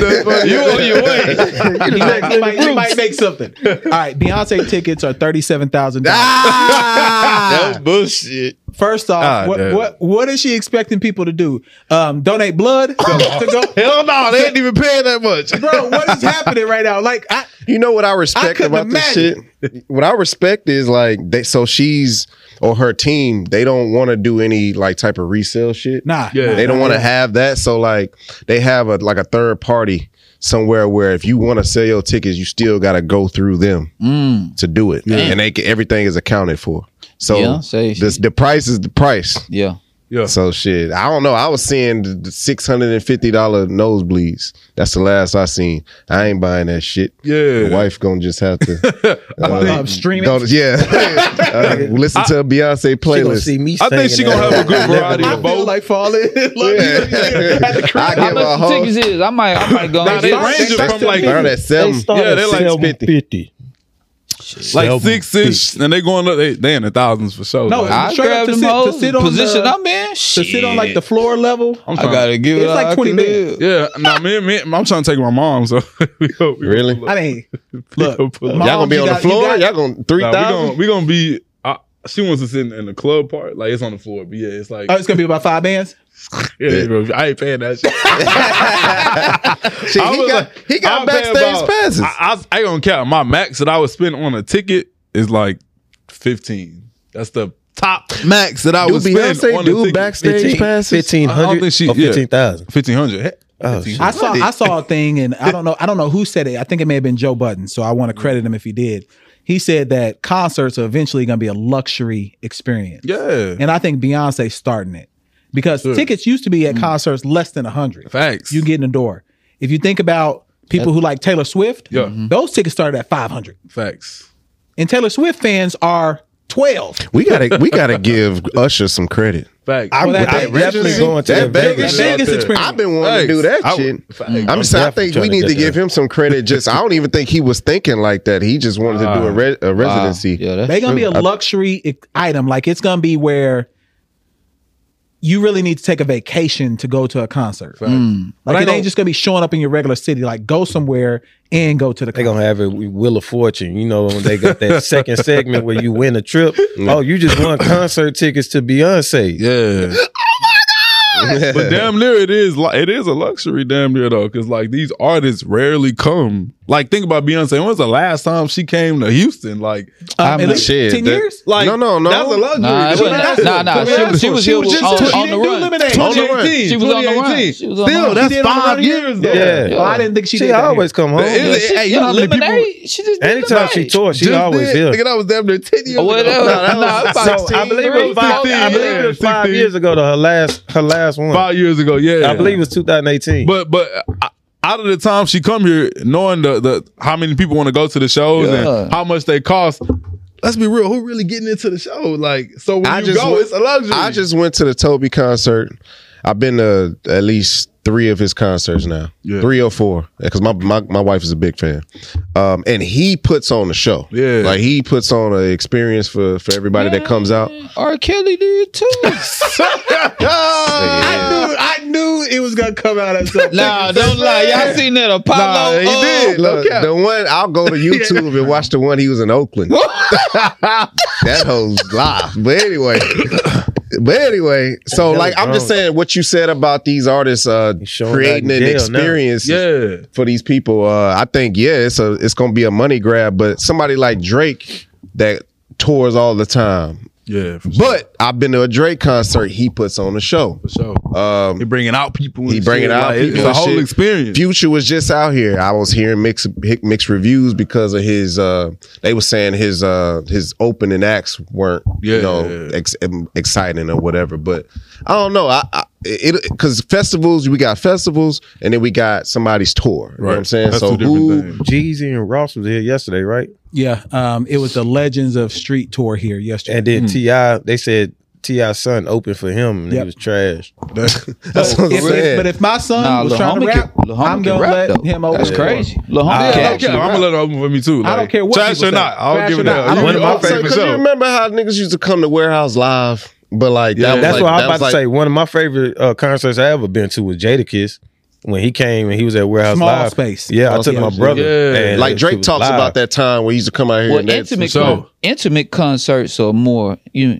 Speaker 6: you on your way.
Speaker 2: You might, you might- you might make something. All right, Beyonce tickets are thirty-seven thousand dollars.
Speaker 6: That was bullshit.
Speaker 2: First off,
Speaker 5: Ah,
Speaker 2: what,
Speaker 5: damn.
Speaker 2: what what is she expecting people to do? Um, donate blood to go?
Speaker 5: hell no, they ain't even paying that much.
Speaker 2: Bro, what is happening right now? Like, I,
Speaker 4: You know what I respect
Speaker 2: couldn't
Speaker 4: about this shit? What I respect is like they so she's or her team, they don't want to do any like type of resale shit.
Speaker 2: nah,
Speaker 5: Yeah.
Speaker 2: nah.
Speaker 4: They don't want to have that. So like they have a like a third party somewhere where if you want to sell your tickets, you still gotta go through them to do it. And they can, everything is accounted for. So
Speaker 6: Yeah, say
Speaker 4: this the price is the price.
Speaker 6: Yeah.
Speaker 5: Yeah.
Speaker 4: So shit, I don't know. I was seeing the six hundred and fifty dollar nosebleeds. That's the last I seen. I ain't buying that shit.
Speaker 5: Yeah.
Speaker 4: my wife gonna just have to.
Speaker 2: Well, um, stream it.
Speaker 4: don't, yeah, Uh, listen to a Beyonce
Speaker 3: She gonna
Speaker 4: playlist.
Speaker 3: see me
Speaker 5: I
Speaker 3: singing
Speaker 5: think she gonna
Speaker 3: that.
Speaker 5: have a good variety
Speaker 2: I feel
Speaker 5: of both.
Speaker 2: like falling. Look,
Speaker 4: I
Speaker 6: How
Speaker 4: give
Speaker 6: much
Speaker 4: a
Speaker 6: the
Speaker 4: whole.
Speaker 6: tickets is? I might, I might go.
Speaker 5: Nah,
Speaker 6: and
Speaker 5: they
Speaker 6: get-
Speaker 5: ranging
Speaker 2: that's
Speaker 5: from
Speaker 2: the
Speaker 5: like
Speaker 4: Around that seven.
Speaker 5: yeah, they like
Speaker 3: Seven fifty.
Speaker 5: like six ish, and they going up. They they in the thousands for sure.
Speaker 2: No,
Speaker 5: Like,
Speaker 2: I-
Speaker 6: I
Speaker 2: Straight up
Speaker 6: grab
Speaker 2: to
Speaker 6: them
Speaker 2: sit- to
Speaker 6: hoes.
Speaker 2: sit
Speaker 6: The
Speaker 2: on
Speaker 6: position
Speaker 2: the-
Speaker 6: I'm in.
Speaker 2: to sit on like the floor level.
Speaker 5: I'm
Speaker 6: I
Speaker 5: trying-
Speaker 6: gotta give it.
Speaker 2: It's like
Speaker 6: all I
Speaker 2: 20
Speaker 6: can
Speaker 2: minutes.
Speaker 6: do.
Speaker 5: Yeah, no, me, and- me, and- I'm trying to take my mom. So we gonna, we
Speaker 4: Really?
Speaker 5: Gonna
Speaker 2: I mean,
Speaker 5: Y'all
Speaker 2: look,
Speaker 5: gonna
Speaker 2: mom,
Speaker 4: Y'all gonna be
Speaker 2: you
Speaker 4: on the
Speaker 2: got- you
Speaker 4: floor?
Speaker 2: got-
Speaker 4: Y'all gonna three
Speaker 5: nah, we gonna
Speaker 4: thousand?
Speaker 5: we gonna be. I, she wants to sit in the club part. Like it's on the floor, but yeah, it's like
Speaker 2: Oh, it's gonna be about five bands.
Speaker 5: yeah, bro, I ain't paying that shit.
Speaker 4: Shit,
Speaker 5: I
Speaker 4: he
Speaker 5: was
Speaker 4: got
Speaker 5: like-
Speaker 4: he got
Speaker 5: I'm paying
Speaker 4: backstage
Speaker 5: about-
Speaker 4: passes.
Speaker 5: I, I, I don't count my max that I would spend on a ticket is like fifteen. That's the top max that I
Speaker 4: Do
Speaker 5: would spend
Speaker 4: Beyonce
Speaker 5: on a
Speaker 4: do
Speaker 5: ticket.
Speaker 4: backstage passes?
Speaker 3: Fifteen
Speaker 5: I don't
Speaker 3: hundred
Speaker 5: think she-
Speaker 3: or
Speaker 5: yeah.
Speaker 3: fifteen thousand.
Speaker 5: Fifteen hundred.
Speaker 3: Oh, shit.
Speaker 2: I saw I saw a thing, and I don't know I don't know who said it. I think it may have been Joe Button, so I want to credit him if he did. He said that concerts are eventually gonna be a luxury experience,
Speaker 5: Yeah,
Speaker 2: and I think Beyonce's starting it because tickets used to be at concerts less than a hundred.
Speaker 5: facts.
Speaker 2: You get in the door. If you think about people who like Taylor Swift,
Speaker 5: Yeah. Mhm.
Speaker 2: those tickets started at five hundred,
Speaker 5: facts.
Speaker 2: and Taylor Swift fans are twelve.
Speaker 4: We gotta we gotta give Usher some credit.
Speaker 5: Facts.
Speaker 3: I
Speaker 2: Well,
Speaker 3: would
Speaker 2: that- that
Speaker 3: definitely
Speaker 4: Vegas-
Speaker 3: going to
Speaker 4: that
Speaker 3: the
Speaker 4: Vegas
Speaker 3: Vegas.
Speaker 4: shit-
Speaker 2: Vegas experience.
Speaker 4: I've been wanting
Speaker 5: Thanks.
Speaker 4: to do that
Speaker 5: I-
Speaker 4: shit.
Speaker 5: Thanks.
Speaker 4: I'm just saying, I
Speaker 3: definitely
Speaker 4: think we
Speaker 3: trying to
Speaker 4: need
Speaker 3: get
Speaker 4: to give
Speaker 3: there.
Speaker 4: him some credit. Just I don't even think he was thinking like that. He just wanted to do
Speaker 5: Ah,
Speaker 4: a, re- a
Speaker 6: Wow.
Speaker 4: residency.
Speaker 6: Yeah, that's
Speaker 2: They're gonna be a luxury i- item. Like it's gonna be where you really need to take a vacation to go to a concert. Mm.
Speaker 5: But I
Speaker 2: Like it
Speaker 5: know-
Speaker 2: ain't just gonna be showing up in your regular city. Like go somewhere and go to the
Speaker 3: They
Speaker 2: concert.
Speaker 3: gonna have a Wheel of Fortune, you know. When they got that second segment where you win a trip. Oh, you just won concert tickets to Beyonce.
Speaker 5: Yeah. but damn near it is like it is a luxury damn near though because like these artists rarely come like think about beyonce when was the last time she came to houston like
Speaker 3: Uh,
Speaker 2: Um,
Speaker 6: I'm-
Speaker 2: at least
Speaker 4: Shit,
Speaker 2: ten
Speaker 4: that-
Speaker 2: years.
Speaker 5: like
Speaker 4: No, no, no.
Speaker 5: that's a luxury
Speaker 6: Nah, it
Speaker 5: She
Speaker 6: wasn't-
Speaker 5: asked
Speaker 6: nah,
Speaker 5: for-
Speaker 6: nah,
Speaker 5: she
Speaker 6: she-
Speaker 5: asked
Speaker 6: she
Speaker 5: for-
Speaker 6: was
Speaker 5: she
Speaker 6: here
Speaker 5: was just
Speaker 6: on-
Speaker 5: on,
Speaker 6: on
Speaker 5: the
Speaker 6: the
Speaker 5: run
Speaker 6: run.
Speaker 5: on the
Speaker 6: 2018.
Speaker 5: run
Speaker 6: She was on the run.
Speaker 5: 2018.
Speaker 6: She was on the
Speaker 5: still
Speaker 6: run.
Speaker 5: that's
Speaker 2: She did on the
Speaker 5: five
Speaker 2: run
Speaker 5: years though.
Speaker 3: Yeah.
Speaker 2: Well, I didn't think she,
Speaker 3: She
Speaker 2: did that
Speaker 3: always
Speaker 2: here.
Speaker 3: come home.
Speaker 5: But it-
Speaker 6: She,
Speaker 5: Hey, you know how many people-
Speaker 6: lemonade. She just did
Speaker 3: Anytime she
Speaker 6: lemonade.
Speaker 3: tours, she
Speaker 5: Just
Speaker 3: always
Speaker 5: did.
Speaker 3: here.
Speaker 5: Nigga, that was damn near 10 years
Speaker 6: Or Oh, whatever.
Speaker 5: ago. Nah,
Speaker 6: Nah,
Speaker 5: that was
Speaker 6: about
Speaker 3: So I
Speaker 6: 16,
Speaker 3: believe it was five. I
Speaker 5: 16,
Speaker 3: believe it was five
Speaker 5: 16.
Speaker 3: years ago to her last her last one.
Speaker 5: five years ago yeah
Speaker 3: I believe it was 2018.
Speaker 5: But but uh, out of the time she come here, knowing the the how many people want to go to the shows
Speaker 6: Yeah.
Speaker 5: and how much they cost,
Speaker 7: let's be real, who really getting into the show? Like, so when
Speaker 4: I
Speaker 7: you
Speaker 4: just
Speaker 7: go,
Speaker 4: went-
Speaker 7: it's a luxury.
Speaker 4: I just went to the Toby concert. I've been to at least three of his concerts now,
Speaker 5: Yeah.
Speaker 4: three or four, because my, my my wife is a big fan, um, and he puts on the show.
Speaker 5: Yeah.
Speaker 4: like he puts on an experience for for everybody that comes out.
Speaker 3: Mm.
Speaker 6: R. Kelly did too.
Speaker 7: Ah, I knew, I knew it was gonna come out at some point.
Speaker 6: nah, don't lie. Y'all seen that Apollo?
Speaker 7: he
Speaker 6: uh,
Speaker 7: did.
Speaker 4: Ah, Look,
Speaker 7: No cap.
Speaker 4: the one I'll go to YouTube and watch the one he was in Oakland. that hoe's live. But anyway, but anyway, so
Speaker 3: Yeah,
Speaker 4: like I'm just
Speaker 3: bro.
Speaker 4: saying what you said about these artists uh,
Speaker 3: He's showing
Speaker 4: creating
Speaker 3: out
Speaker 4: an
Speaker 3: in jail now.
Speaker 4: experience
Speaker 5: Yeah.
Speaker 4: for these people. Uh, I think yeah, it's a it's gonna be a money grab, but somebody like Drake that tours all the time.
Speaker 5: Yeah. For
Speaker 4: But I've been to a Drake concert. He puts on a show.
Speaker 5: sure.
Speaker 4: Um,
Speaker 5: He bringing out people. and
Speaker 4: He bringing
Speaker 5: shit.
Speaker 4: out
Speaker 5: Like,
Speaker 4: people
Speaker 5: It's a
Speaker 4: and
Speaker 5: whole
Speaker 4: shit.
Speaker 5: experience.
Speaker 4: Future was just out here. I was hearing mixed hic- mixed reviews because of his. Uh, they were saying his uh, his opening acts weren't
Speaker 5: Yeah.
Speaker 4: you know ex- em- exciting or whatever. But I don't know. I, I it because festivals we got festivals and then we got somebody's tour. You know what I'm
Speaker 5: Right.
Speaker 4: saying?
Speaker 5: That's two
Speaker 4: so
Speaker 5: different
Speaker 4: who?
Speaker 5: things.
Speaker 3: Jeezy and Ross was here yesterday, right?
Speaker 2: Yeah, um, it was the Legends of Street tour here yesterday.
Speaker 3: And
Speaker 4: Mm.
Speaker 3: then Ti, they said Ti's son opened for him, and
Speaker 2: Yep.
Speaker 3: he was trash.
Speaker 4: That's what I'm
Speaker 2: If- if-
Speaker 4: saying.
Speaker 2: but if my son
Speaker 6: Nah,
Speaker 2: was
Speaker 6: Lil
Speaker 2: trying to
Speaker 6: Homie
Speaker 2: rap,
Speaker 6: can- Lil Homie
Speaker 2: I'm
Speaker 6: can
Speaker 2: gonna
Speaker 6: rap,
Speaker 2: let
Speaker 6: though.
Speaker 2: him open.
Speaker 6: That's
Speaker 2: the door.
Speaker 6: crazy. Lil Homie can
Speaker 5: I don't
Speaker 6: actually
Speaker 5: care. I'm gonna
Speaker 6: rap.
Speaker 5: let it open for me too.
Speaker 2: I don't
Speaker 5: Like,
Speaker 2: care what
Speaker 5: Trash
Speaker 2: people
Speaker 5: or
Speaker 2: say.
Speaker 5: not, I
Speaker 2: Trash
Speaker 5: don't give
Speaker 2: or
Speaker 5: it
Speaker 2: not, I
Speaker 5: up.
Speaker 2: don't
Speaker 5: One of
Speaker 2: give
Speaker 5: my
Speaker 2: a fuck.
Speaker 5: favorite
Speaker 4: Cause you
Speaker 5: songs.
Speaker 4: remember how niggas used to come to Warehouse Live, but like that was
Speaker 3: That's
Speaker 4: like,
Speaker 3: what
Speaker 4: that
Speaker 3: I was
Speaker 4: was
Speaker 3: about to say. One of my favorite uh, concerts I ever been to was Jadakiss. When he came and he was at Warehouse
Speaker 2: Small
Speaker 3: Live.
Speaker 2: space.
Speaker 3: Yeah,
Speaker 4: Small
Speaker 3: I took my
Speaker 4: space.
Speaker 3: brother.
Speaker 5: Yeah.
Speaker 3: and
Speaker 4: Oh, Like
Speaker 3: it
Speaker 4: Drake
Speaker 3: was
Speaker 4: talks
Speaker 3: live.
Speaker 4: about that time when he used to come out here
Speaker 6: Well,
Speaker 4: and that's
Speaker 6: intimate,
Speaker 5: sure.
Speaker 6: intimate concerts are more. You,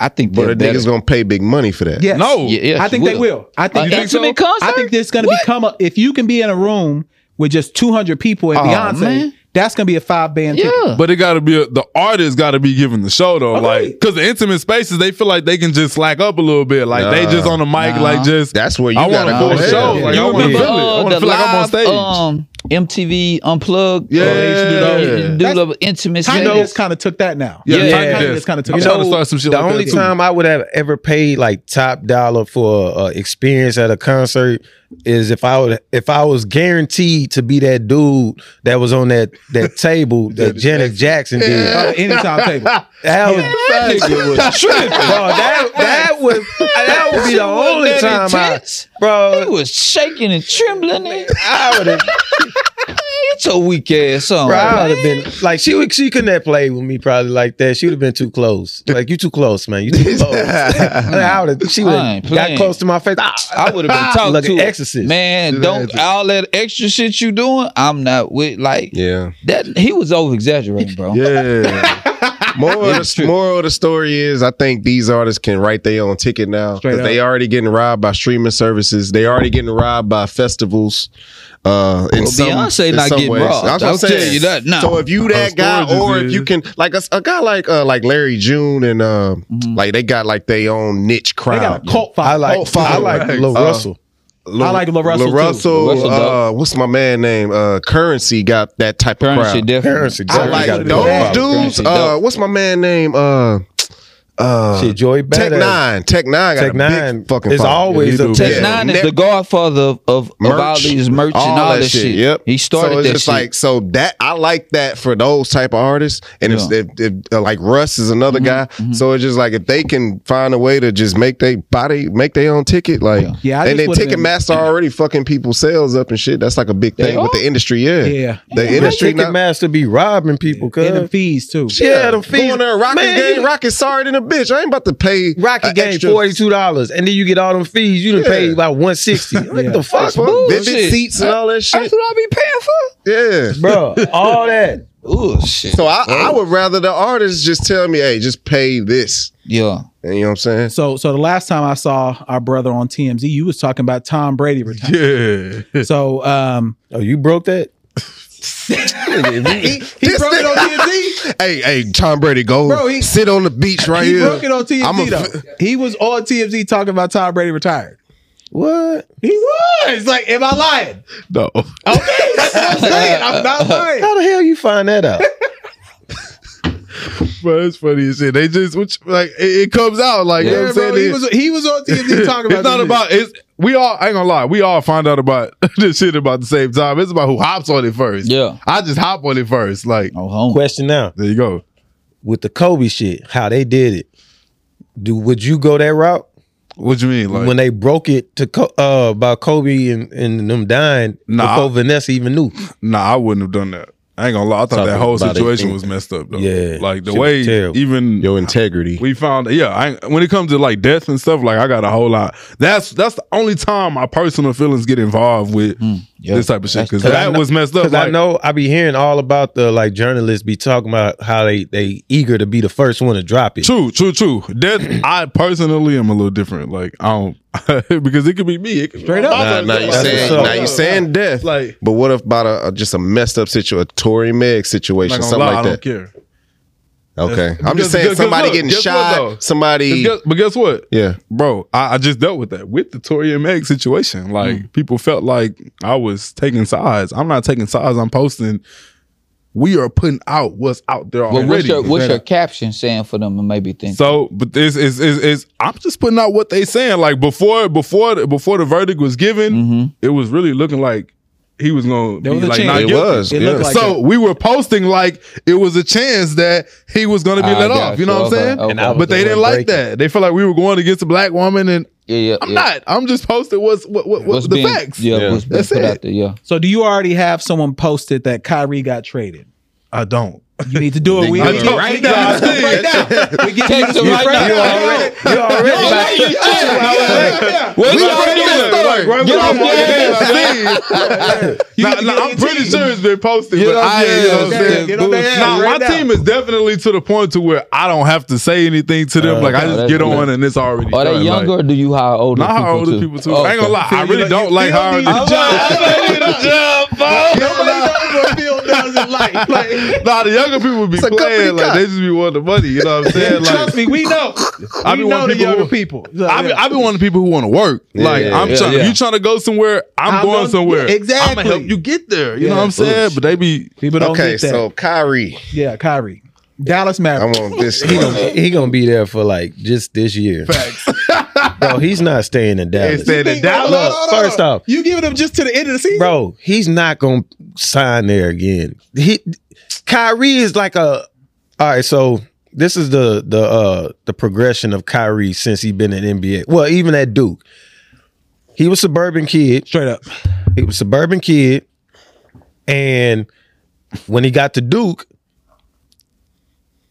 Speaker 6: I think
Speaker 4: but
Speaker 6: they're
Speaker 4: the
Speaker 6: better.
Speaker 4: niggas gonna pay big money for that.
Speaker 2: Yes.
Speaker 5: No.
Speaker 6: Yeah, yes,
Speaker 2: I think they will. I
Speaker 6: An
Speaker 2: think,
Speaker 6: intimate concert?
Speaker 2: I think there's going to become a. If you can be in a room with just 200 people and
Speaker 6: Oh,
Speaker 2: Beyonce,
Speaker 6: man.
Speaker 2: that's going to be a five band
Speaker 6: Yeah.
Speaker 2: ticket.
Speaker 5: But it gotta be a, the artist gotta be giving the show though,
Speaker 2: Agreed.
Speaker 5: like because the intimate spaces they feel like they can just slack up a little bit, like they
Speaker 4: Nah.
Speaker 5: just on the mic, like just
Speaker 4: That's where you
Speaker 5: I want
Speaker 4: gotta
Speaker 5: a
Speaker 4: go
Speaker 5: full
Speaker 4: ahead.
Speaker 5: show, like
Speaker 4: You
Speaker 5: I want to
Speaker 4: remember,
Speaker 5: feel it, I want to feel like I'm on stage.
Speaker 6: Uh, Um, MTV Unplugged. Oh,
Speaker 5: Yeah, they used to do that.
Speaker 6: You- you do
Speaker 2: That's-
Speaker 6: little intimate.
Speaker 2: Tiny
Speaker 6: things.
Speaker 2: Disc kind of took that now.
Speaker 5: yeah,
Speaker 6: yeah.
Speaker 5: Tiny
Speaker 2: Tiny
Speaker 5: Desk.
Speaker 2: Desk kinda took
Speaker 5: I'm
Speaker 2: it.
Speaker 5: trying to start some shit
Speaker 3: the
Speaker 5: like
Speaker 3: only
Speaker 5: that too.
Speaker 3: time I would have ever paid like top dollar for an experience at a concert is if I would if I was guaranteed to be that dude that was on that that table that Janet Jackson did.
Speaker 2: Uh, anytime table.
Speaker 3: That was, bro, that that was that would be the only
Speaker 6: Wasn't that
Speaker 3: time I
Speaker 6: intense? He
Speaker 3: bro
Speaker 6: was shaking and trembling. and-
Speaker 3: I would have
Speaker 6: It's a weak ass song.
Speaker 3: Bro, Oh, I would have been like she would- she couldn't have played with me probably like that. She would have been too close. Like you too close, man. You too close. I would have. She would
Speaker 6: I ain't
Speaker 3: have got
Speaker 6: playing.
Speaker 3: close to my face. Ah,
Speaker 6: I would have been talking
Speaker 3: like
Speaker 6: to
Speaker 3: an
Speaker 6: her.
Speaker 3: exorcist.
Speaker 6: Man, don't all that extra shit you doing. I'm not with like
Speaker 4: Yeah.
Speaker 6: that. He was over exaggerating, bro.
Speaker 5: Yeah,
Speaker 4: Moral, of the, moral of the story is, I think these artists can write their own ticket now. 'cause
Speaker 2: Straight up.
Speaker 4: They already getting robbed by streaming services. They already getting robbed by festivals. Uh, in
Speaker 6: Well,
Speaker 4: some,
Speaker 6: Beyonce
Speaker 4: in
Speaker 6: not
Speaker 4: some
Speaker 6: getting
Speaker 4: ways.
Speaker 6: robbed.
Speaker 4: That's what I'm
Speaker 6: I'll tell
Speaker 4: saying.
Speaker 6: you that now.
Speaker 4: So if you that
Speaker 5: How
Speaker 4: guy,
Speaker 5: storage
Speaker 4: or
Speaker 5: is
Speaker 4: if you
Speaker 5: is.
Speaker 4: can, like a, a guy like uh, like Larry June and uh,
Speaker 6: Mm-hmm.
Speaker 4: like they got like their own niche
Speaker 2: They
Speaker 4: crowd.
Speaker 2: got a cult
Speaker 3: I
Speaker 2: following.
Speaker 3: like I like Lil
Speaker 4: Uh,
Speaker 3: Russell.
Speaker 4: Lil-
Speaker 2: I like Lil Russell, too.
Speaker 4: Russell,
Speaker 6: Lil Russell
Speaker 4: uh, what's my man name? Uh, Currency got that type of crowd.
Speaker 6: Currency different.
Speaker 3: Currency,
Speaker 4: I
Speaker 3: Currency got
Speaker 4: like
Speaker 3: a dope
Speaker 4: those
Speaker 3: album.
Speaker 4: dudes.
Speaker 6: Currency
Speaker 4: Uh,
Speaker 6: dope.
Speaker 4: what's my man name? Uh, uh,
Speaker 3: Shit, Joey
Speaker 4: Tech
Speaker 3: Badass.
Speaker 4: Nine. Tech Nine. Got
Speaker 3: Tech
Speaker 4: Nine.
Speaker 3: Nine
Speaker 4: Big fucking.
Speaker 3: is
Speaker 4: following.
Speaker 3: always
Speaker 5: Yeah, he
Speaker 3: a
Speaker 5: do.
Speaker 6: Tech
Speaker 4: Yeah,
Speaker 6: Nine is
Speaker 4: Nick-
Speaker 6: the godfather of, of, of all
Speaker 4: Merch,
Speaker 6: these merch and all that shit.
Speaker 4: Yep.
Speaker 6: He started
Speaker 4: so it's
Speaker 6: that
Speaker 4: just
Speaker 6: shit.
Speaker 4: like so that I like that for those type of artists, and if-
Speaker 6: Yeah. Mm-hmm.
Speaker 4: if, if, uh, like Russ is another guy, so it's just like if they can find a way to just make they body make their own ticket, like
Speaker 2: Yeah, I
Speaker 4: and then
Speaker 2: just would've been-
Speaker 4: Ticketmaster already fucking people sales up and shit. That's like a big thing with
Speaker 6: are?
Speaker 4: the industry. Yeah,
Speaker 2: Yeah.
Speaker 4: the industry now.
Speaker 3: Ticketmaster be robbing people. Cause
Speaker 2: and the fees too.
Speaker 3: yeah, the fees.
Speaker 4: Going to a Rocket
Speaker 3: Man,
Speaker 4: game,
Speaker 3: you-
Speaker 4: Rocket sorry than a bitch. I ain't about to pay
Speaker 3: Rocky
Speaker 4: a
Speaker 3: game
Speaker 4: extra-
Speaker 3: forty two dollars, and then you get all them fees. You done
Speaker 4: Yeah.
Speaker 3: paid about one sixty. What
Speaker 2: Yeah.
Speaker 3: the fuck,
Speaker 4: Fuck,
Speaker 6: Ooh,
Speaker 4: vivid
Speaker 6: shit.
Speaker 4: seats and all that shit.
Speaker 6: That's what I be paying
Speaker 4: Yeah.
Speaker 3: bro? All that.
Speaker 6: for? Oh shit.
Speaker 4: So I, I would rather the artists just tell me, hey, just pay this.
Speaker 6: Yeah.
Speaker 4: You know what I'm saying?
Speaker 2: So, so the last time I saw our brother on TMZ, you was talking about Tom Brady retiring.
Speaker 5: yeah.
Speaker 2: So, um,
Speaker 3: Oh, you broke that?
Speaker 4: He,
Speaker 2: he broke it on TMZ.
Speaker 4: Hey, hey, Tom Brady, go
Speaker 2: Bro, he-
Speaker 4: sit on the beach right
Speaker 2: he
Speaker 4: here.
Speaker 2: broke it on TMZ
Speaker 4: I'm a-
Speaker 2: though. He was on TMZ talking about Tom Brady retired.
Speaker 3: What?
Speaker 2: He was like, "Am I lying?"
Speaker 5: No,
Speaker 2: Okay, that's what I'm saying. I'm not lying.
Speaker 3: How the hell you find that out?
Speaker 5: bro, it's funny as shit. They just which, like it, it comes out like you know
Speaker 2: Yeah,
Speaker 5: what I'm
Speaker 2: bro,
Speaker 5: saying.
Speaker 2: he was he was on TMZ talking about.
Speaker 5: it's not
Speaker 2: this
Speaker 5: about it's we all I ain't gonna lie, we all find out about this shit about the same time. It's about who hops on it first.
Speaker 6: Yeah.
Speaker 5: I just hop on it first. Like
Speaker 6: Oh home.
Speaker 3: Question now.
Speaker 5: there you go.
Speaker 3: with the Kobe shit, how they did it. Do would you go that route
Speaker 5: What you mean? Like
Speaker 3: when they broke it to Co- uh about Kobe and, and them dying
Speaker 5: Nah.
Speaker 3: before Vanessa even knew?
Speaker 5: Nah, I wouldn't have done that. I ain't gonna lie. I thought
Speaker 3: Talking
Speaker 5: that whole
Speaker 3: about it.
Speaker 5: situation was messed up though.
Speaker 3: Yeah.
Speaker 5: like the
Speaker 3: Shit was
Speaker 5: way
Speaker 3: terrible.
Speaker 5: even
Speaker 4: Your integrity.
Speaker 5: we found. Yeah, I, when it comes to like death and stuff, like I got a whole lot. That's that's the only time my personal feelings get involved with
Speaker 6: yeah.
Speaker 5: this type of shit because
Speaker 3: Hmm. That's- 'cause I
Speaker 5: that
Speaker 3: know-
Speaker 5: was messed up.
Speaker 3: Because I
Speaker 5: Like,
Speaker 3: know I be hearing all about the like journalists be talking about how they they eager to be the first one to drop it.
Speaker 5: True, true, true. Death. I personally am a little different. Like I don't because it could be me. It could be
Speaker 2: Straight up.
Speaker 4: Now, now you
Speaker 3: That's
Speaker 4: saying
Speaker 3: what's up.
Speaker 4: now you saying death,
Speaker 7: Like-
Speaker 4: but what about a, a- just a messed up situation, a Tory Meg
Speaker 5: I'm
Speaker 4: situation,
Speaker 5: not
Speaker 4: something
Speaker 5: gonna lie, I
Speaker 4: like
Speaker 5: don't
Speaker 4: that?
Speaker 5: care.
Speaker 4: Okay, I'm
Speaker 5: Because-
Speaker 4: just saying
Speaker 5: because
Speaker 4: somebody
Speaker 5: look,
Speaker 4: getting
Speaker 5: guess what,
Speaker 4: shot,
Speaker 5: though?
Speaker 4: somebody,
Speaker 5: But guess, but guess what?
Speaker 4: yeah,
Speaker 5: bro, I, I just dealt with that with the Tory and Meg situation. Like people felt like I was taking sides. I'm not taking sides. I'm posting. We are putting out what's out there
Speaker 6: But
Speaker 5: already.
Speaker 6: what's your, what's your caption saying for them to maybe think?
Speaker 5: so, but this is is is I'm just putting out what they saying. Like before, before, the, before the verdict was given, it was really looking like he was gonna
Speaker 2: There
Speaker 5: be
Speaker 2: was a
Speaker 5: like
Speaker 2: chance.
Speaker 5: not
Speaker 4: it
Speaker 5: guilty.
Speaker 4: was.
Speaker 2: It
Speaker 4: yeah.
Speaker 2: looked like
Speaker 5: so we were posting like it was a chance that he was going to be
Speaker 6: I
Speaker 5: let
Speaker 6: got
Speaker 5: off. You know
Speaker 6: you.
Speaker 5: what I'm
Speaker 6: Okay,
Speaker 5: saying?
Speaker 6: okay. And I oh,
Speaker 3: was
Speaker 5: But
Speaker 3: the
Speaker 5: they didn't
Speaker 3: one breaking.
Speaker 5: like that. They felt like we were going against a black woman, and
Speaker 6: yeah, yeah,
Speaker 5: I'm
Speaker 6: yeah.
Speaker 5: not. I'm just posting what's what, what, what
Speaker 6: What's
Speaker 5: the
Speaker 6: being,
Speaker 5: facts.
Speaker 6: Yeah, what's being
Speaker 5: That's
Speaker 6: put
Speaker 5: it.
Speaker 6: out there. Yeah,
Speaker 2: So do you already have someone posted that Kyrie got traded?
Speaker 5: I don't.
Speaker 2: You need to do it. We
Speaker 4: I
Speaker 2: need to
Speaker 5: told
Speaker 2: right
Speaker 5: you guys.
Speaker 2: now. Right now. We get you
Speaker 6: Text her right now.
Speaker 2: You already. You
Speaker 5: What's
Speaker 4: We already got started.
Speaker 6: Get off your
Speaker 5: Nah, nah, I'm pretty sure it's been posted,
Speaker 6: Get
Speaker 5: but
Speaker 6: off
Speaker 5: I
Speaker 6: your
Speaker 5: ain't. you know
Speaker 6: ass.
Speaker 5: what I'm saying?
Speaker 2: Get on their ass
Speaker 5: Nah,
Speaker 2: right
Speaker 5: my
Speaker 2: now.
Speaker 5: team is definitely to the point to where I don't have to say anything to them.
Speaker 3: Uh,
Speaker 5: like I
Speaker 6: no,
Speaker 5: just
Speaker 6: that's
Speaker 5: get
Speaker 6: good.
Speaker 5: on and it's already.
Speaker 6: Are
Speaker 5: done.
Speaker 6: they younger
Speaker 5: Like,
Speaker 6: or do you hire older
Speaker 5: not
Speaker 6: people
Speaker 5: how older
Speaker 6: too?
Speaker 5: people too.
Speaker 6: Oh,
Speaker 5: I ain't gonna
Speaker 6: okay.
Speaker 5: lie, I really don't like how older people. Nah, the younger people be
Speaker 4: a company
Speaker 5: playing like
Speaker 4: cut.
Speaker 5: they just be wanting the money. You know what I'm saying? Like,
Speaker 2: Trust me, we know.
Speaker 5: I be
Speaker 2: we know the
Speaker 5: wanting people
Speaker 2: younger
Speaker 5: who-
Speaker 2: people.
Speaker 5: I be, I be wanting people who want to work. like
Speaker 4: yeah,
Speaker 5: I'm
Speaker 6: yeah.
Speaker 5: trying.
Speaker 6: Yeah.
Speaker 5: You trying to go somewhere? I'm,
Speaker 2: I'm
Speaker 5: going
Speaker 2: gonna-
Speaker 5: somewhere.
Speaker 2: yeah, exactly.
Speaker 5: I'm gonna help you get there. You know what I'm saying? But they be
Speaker 2: people don't
Speaker 4: Okay,
Speaker 2: get that.
Speaker 4: so Kyrie,
Speaker 2: yeah, Kyrie, Dallas
Speaker 4: I'm
Speaker 2: Mavericks.
Speaker 4: on this.
Speaker 3: He gonna, he gonna be there for like just this year. Facts. bro, he's not staying in Dallas.
Speaker 5: instead of
Speaker 3: Look,
Speaker 5: Dallas.
Speaker 3: first off,
Speaker 2: You giving them just to the end of the season?
Speaker 3: bro, he's not gonna sign there again. He, Kyrie is like a. All right, so this is the the uh the progression of Kyrie since he been in NBA. Well, even at Duke, he was suburban kid.
Speaker 2: Straight up.
Speaker 3: He was suburban kid, and when he got to Duke,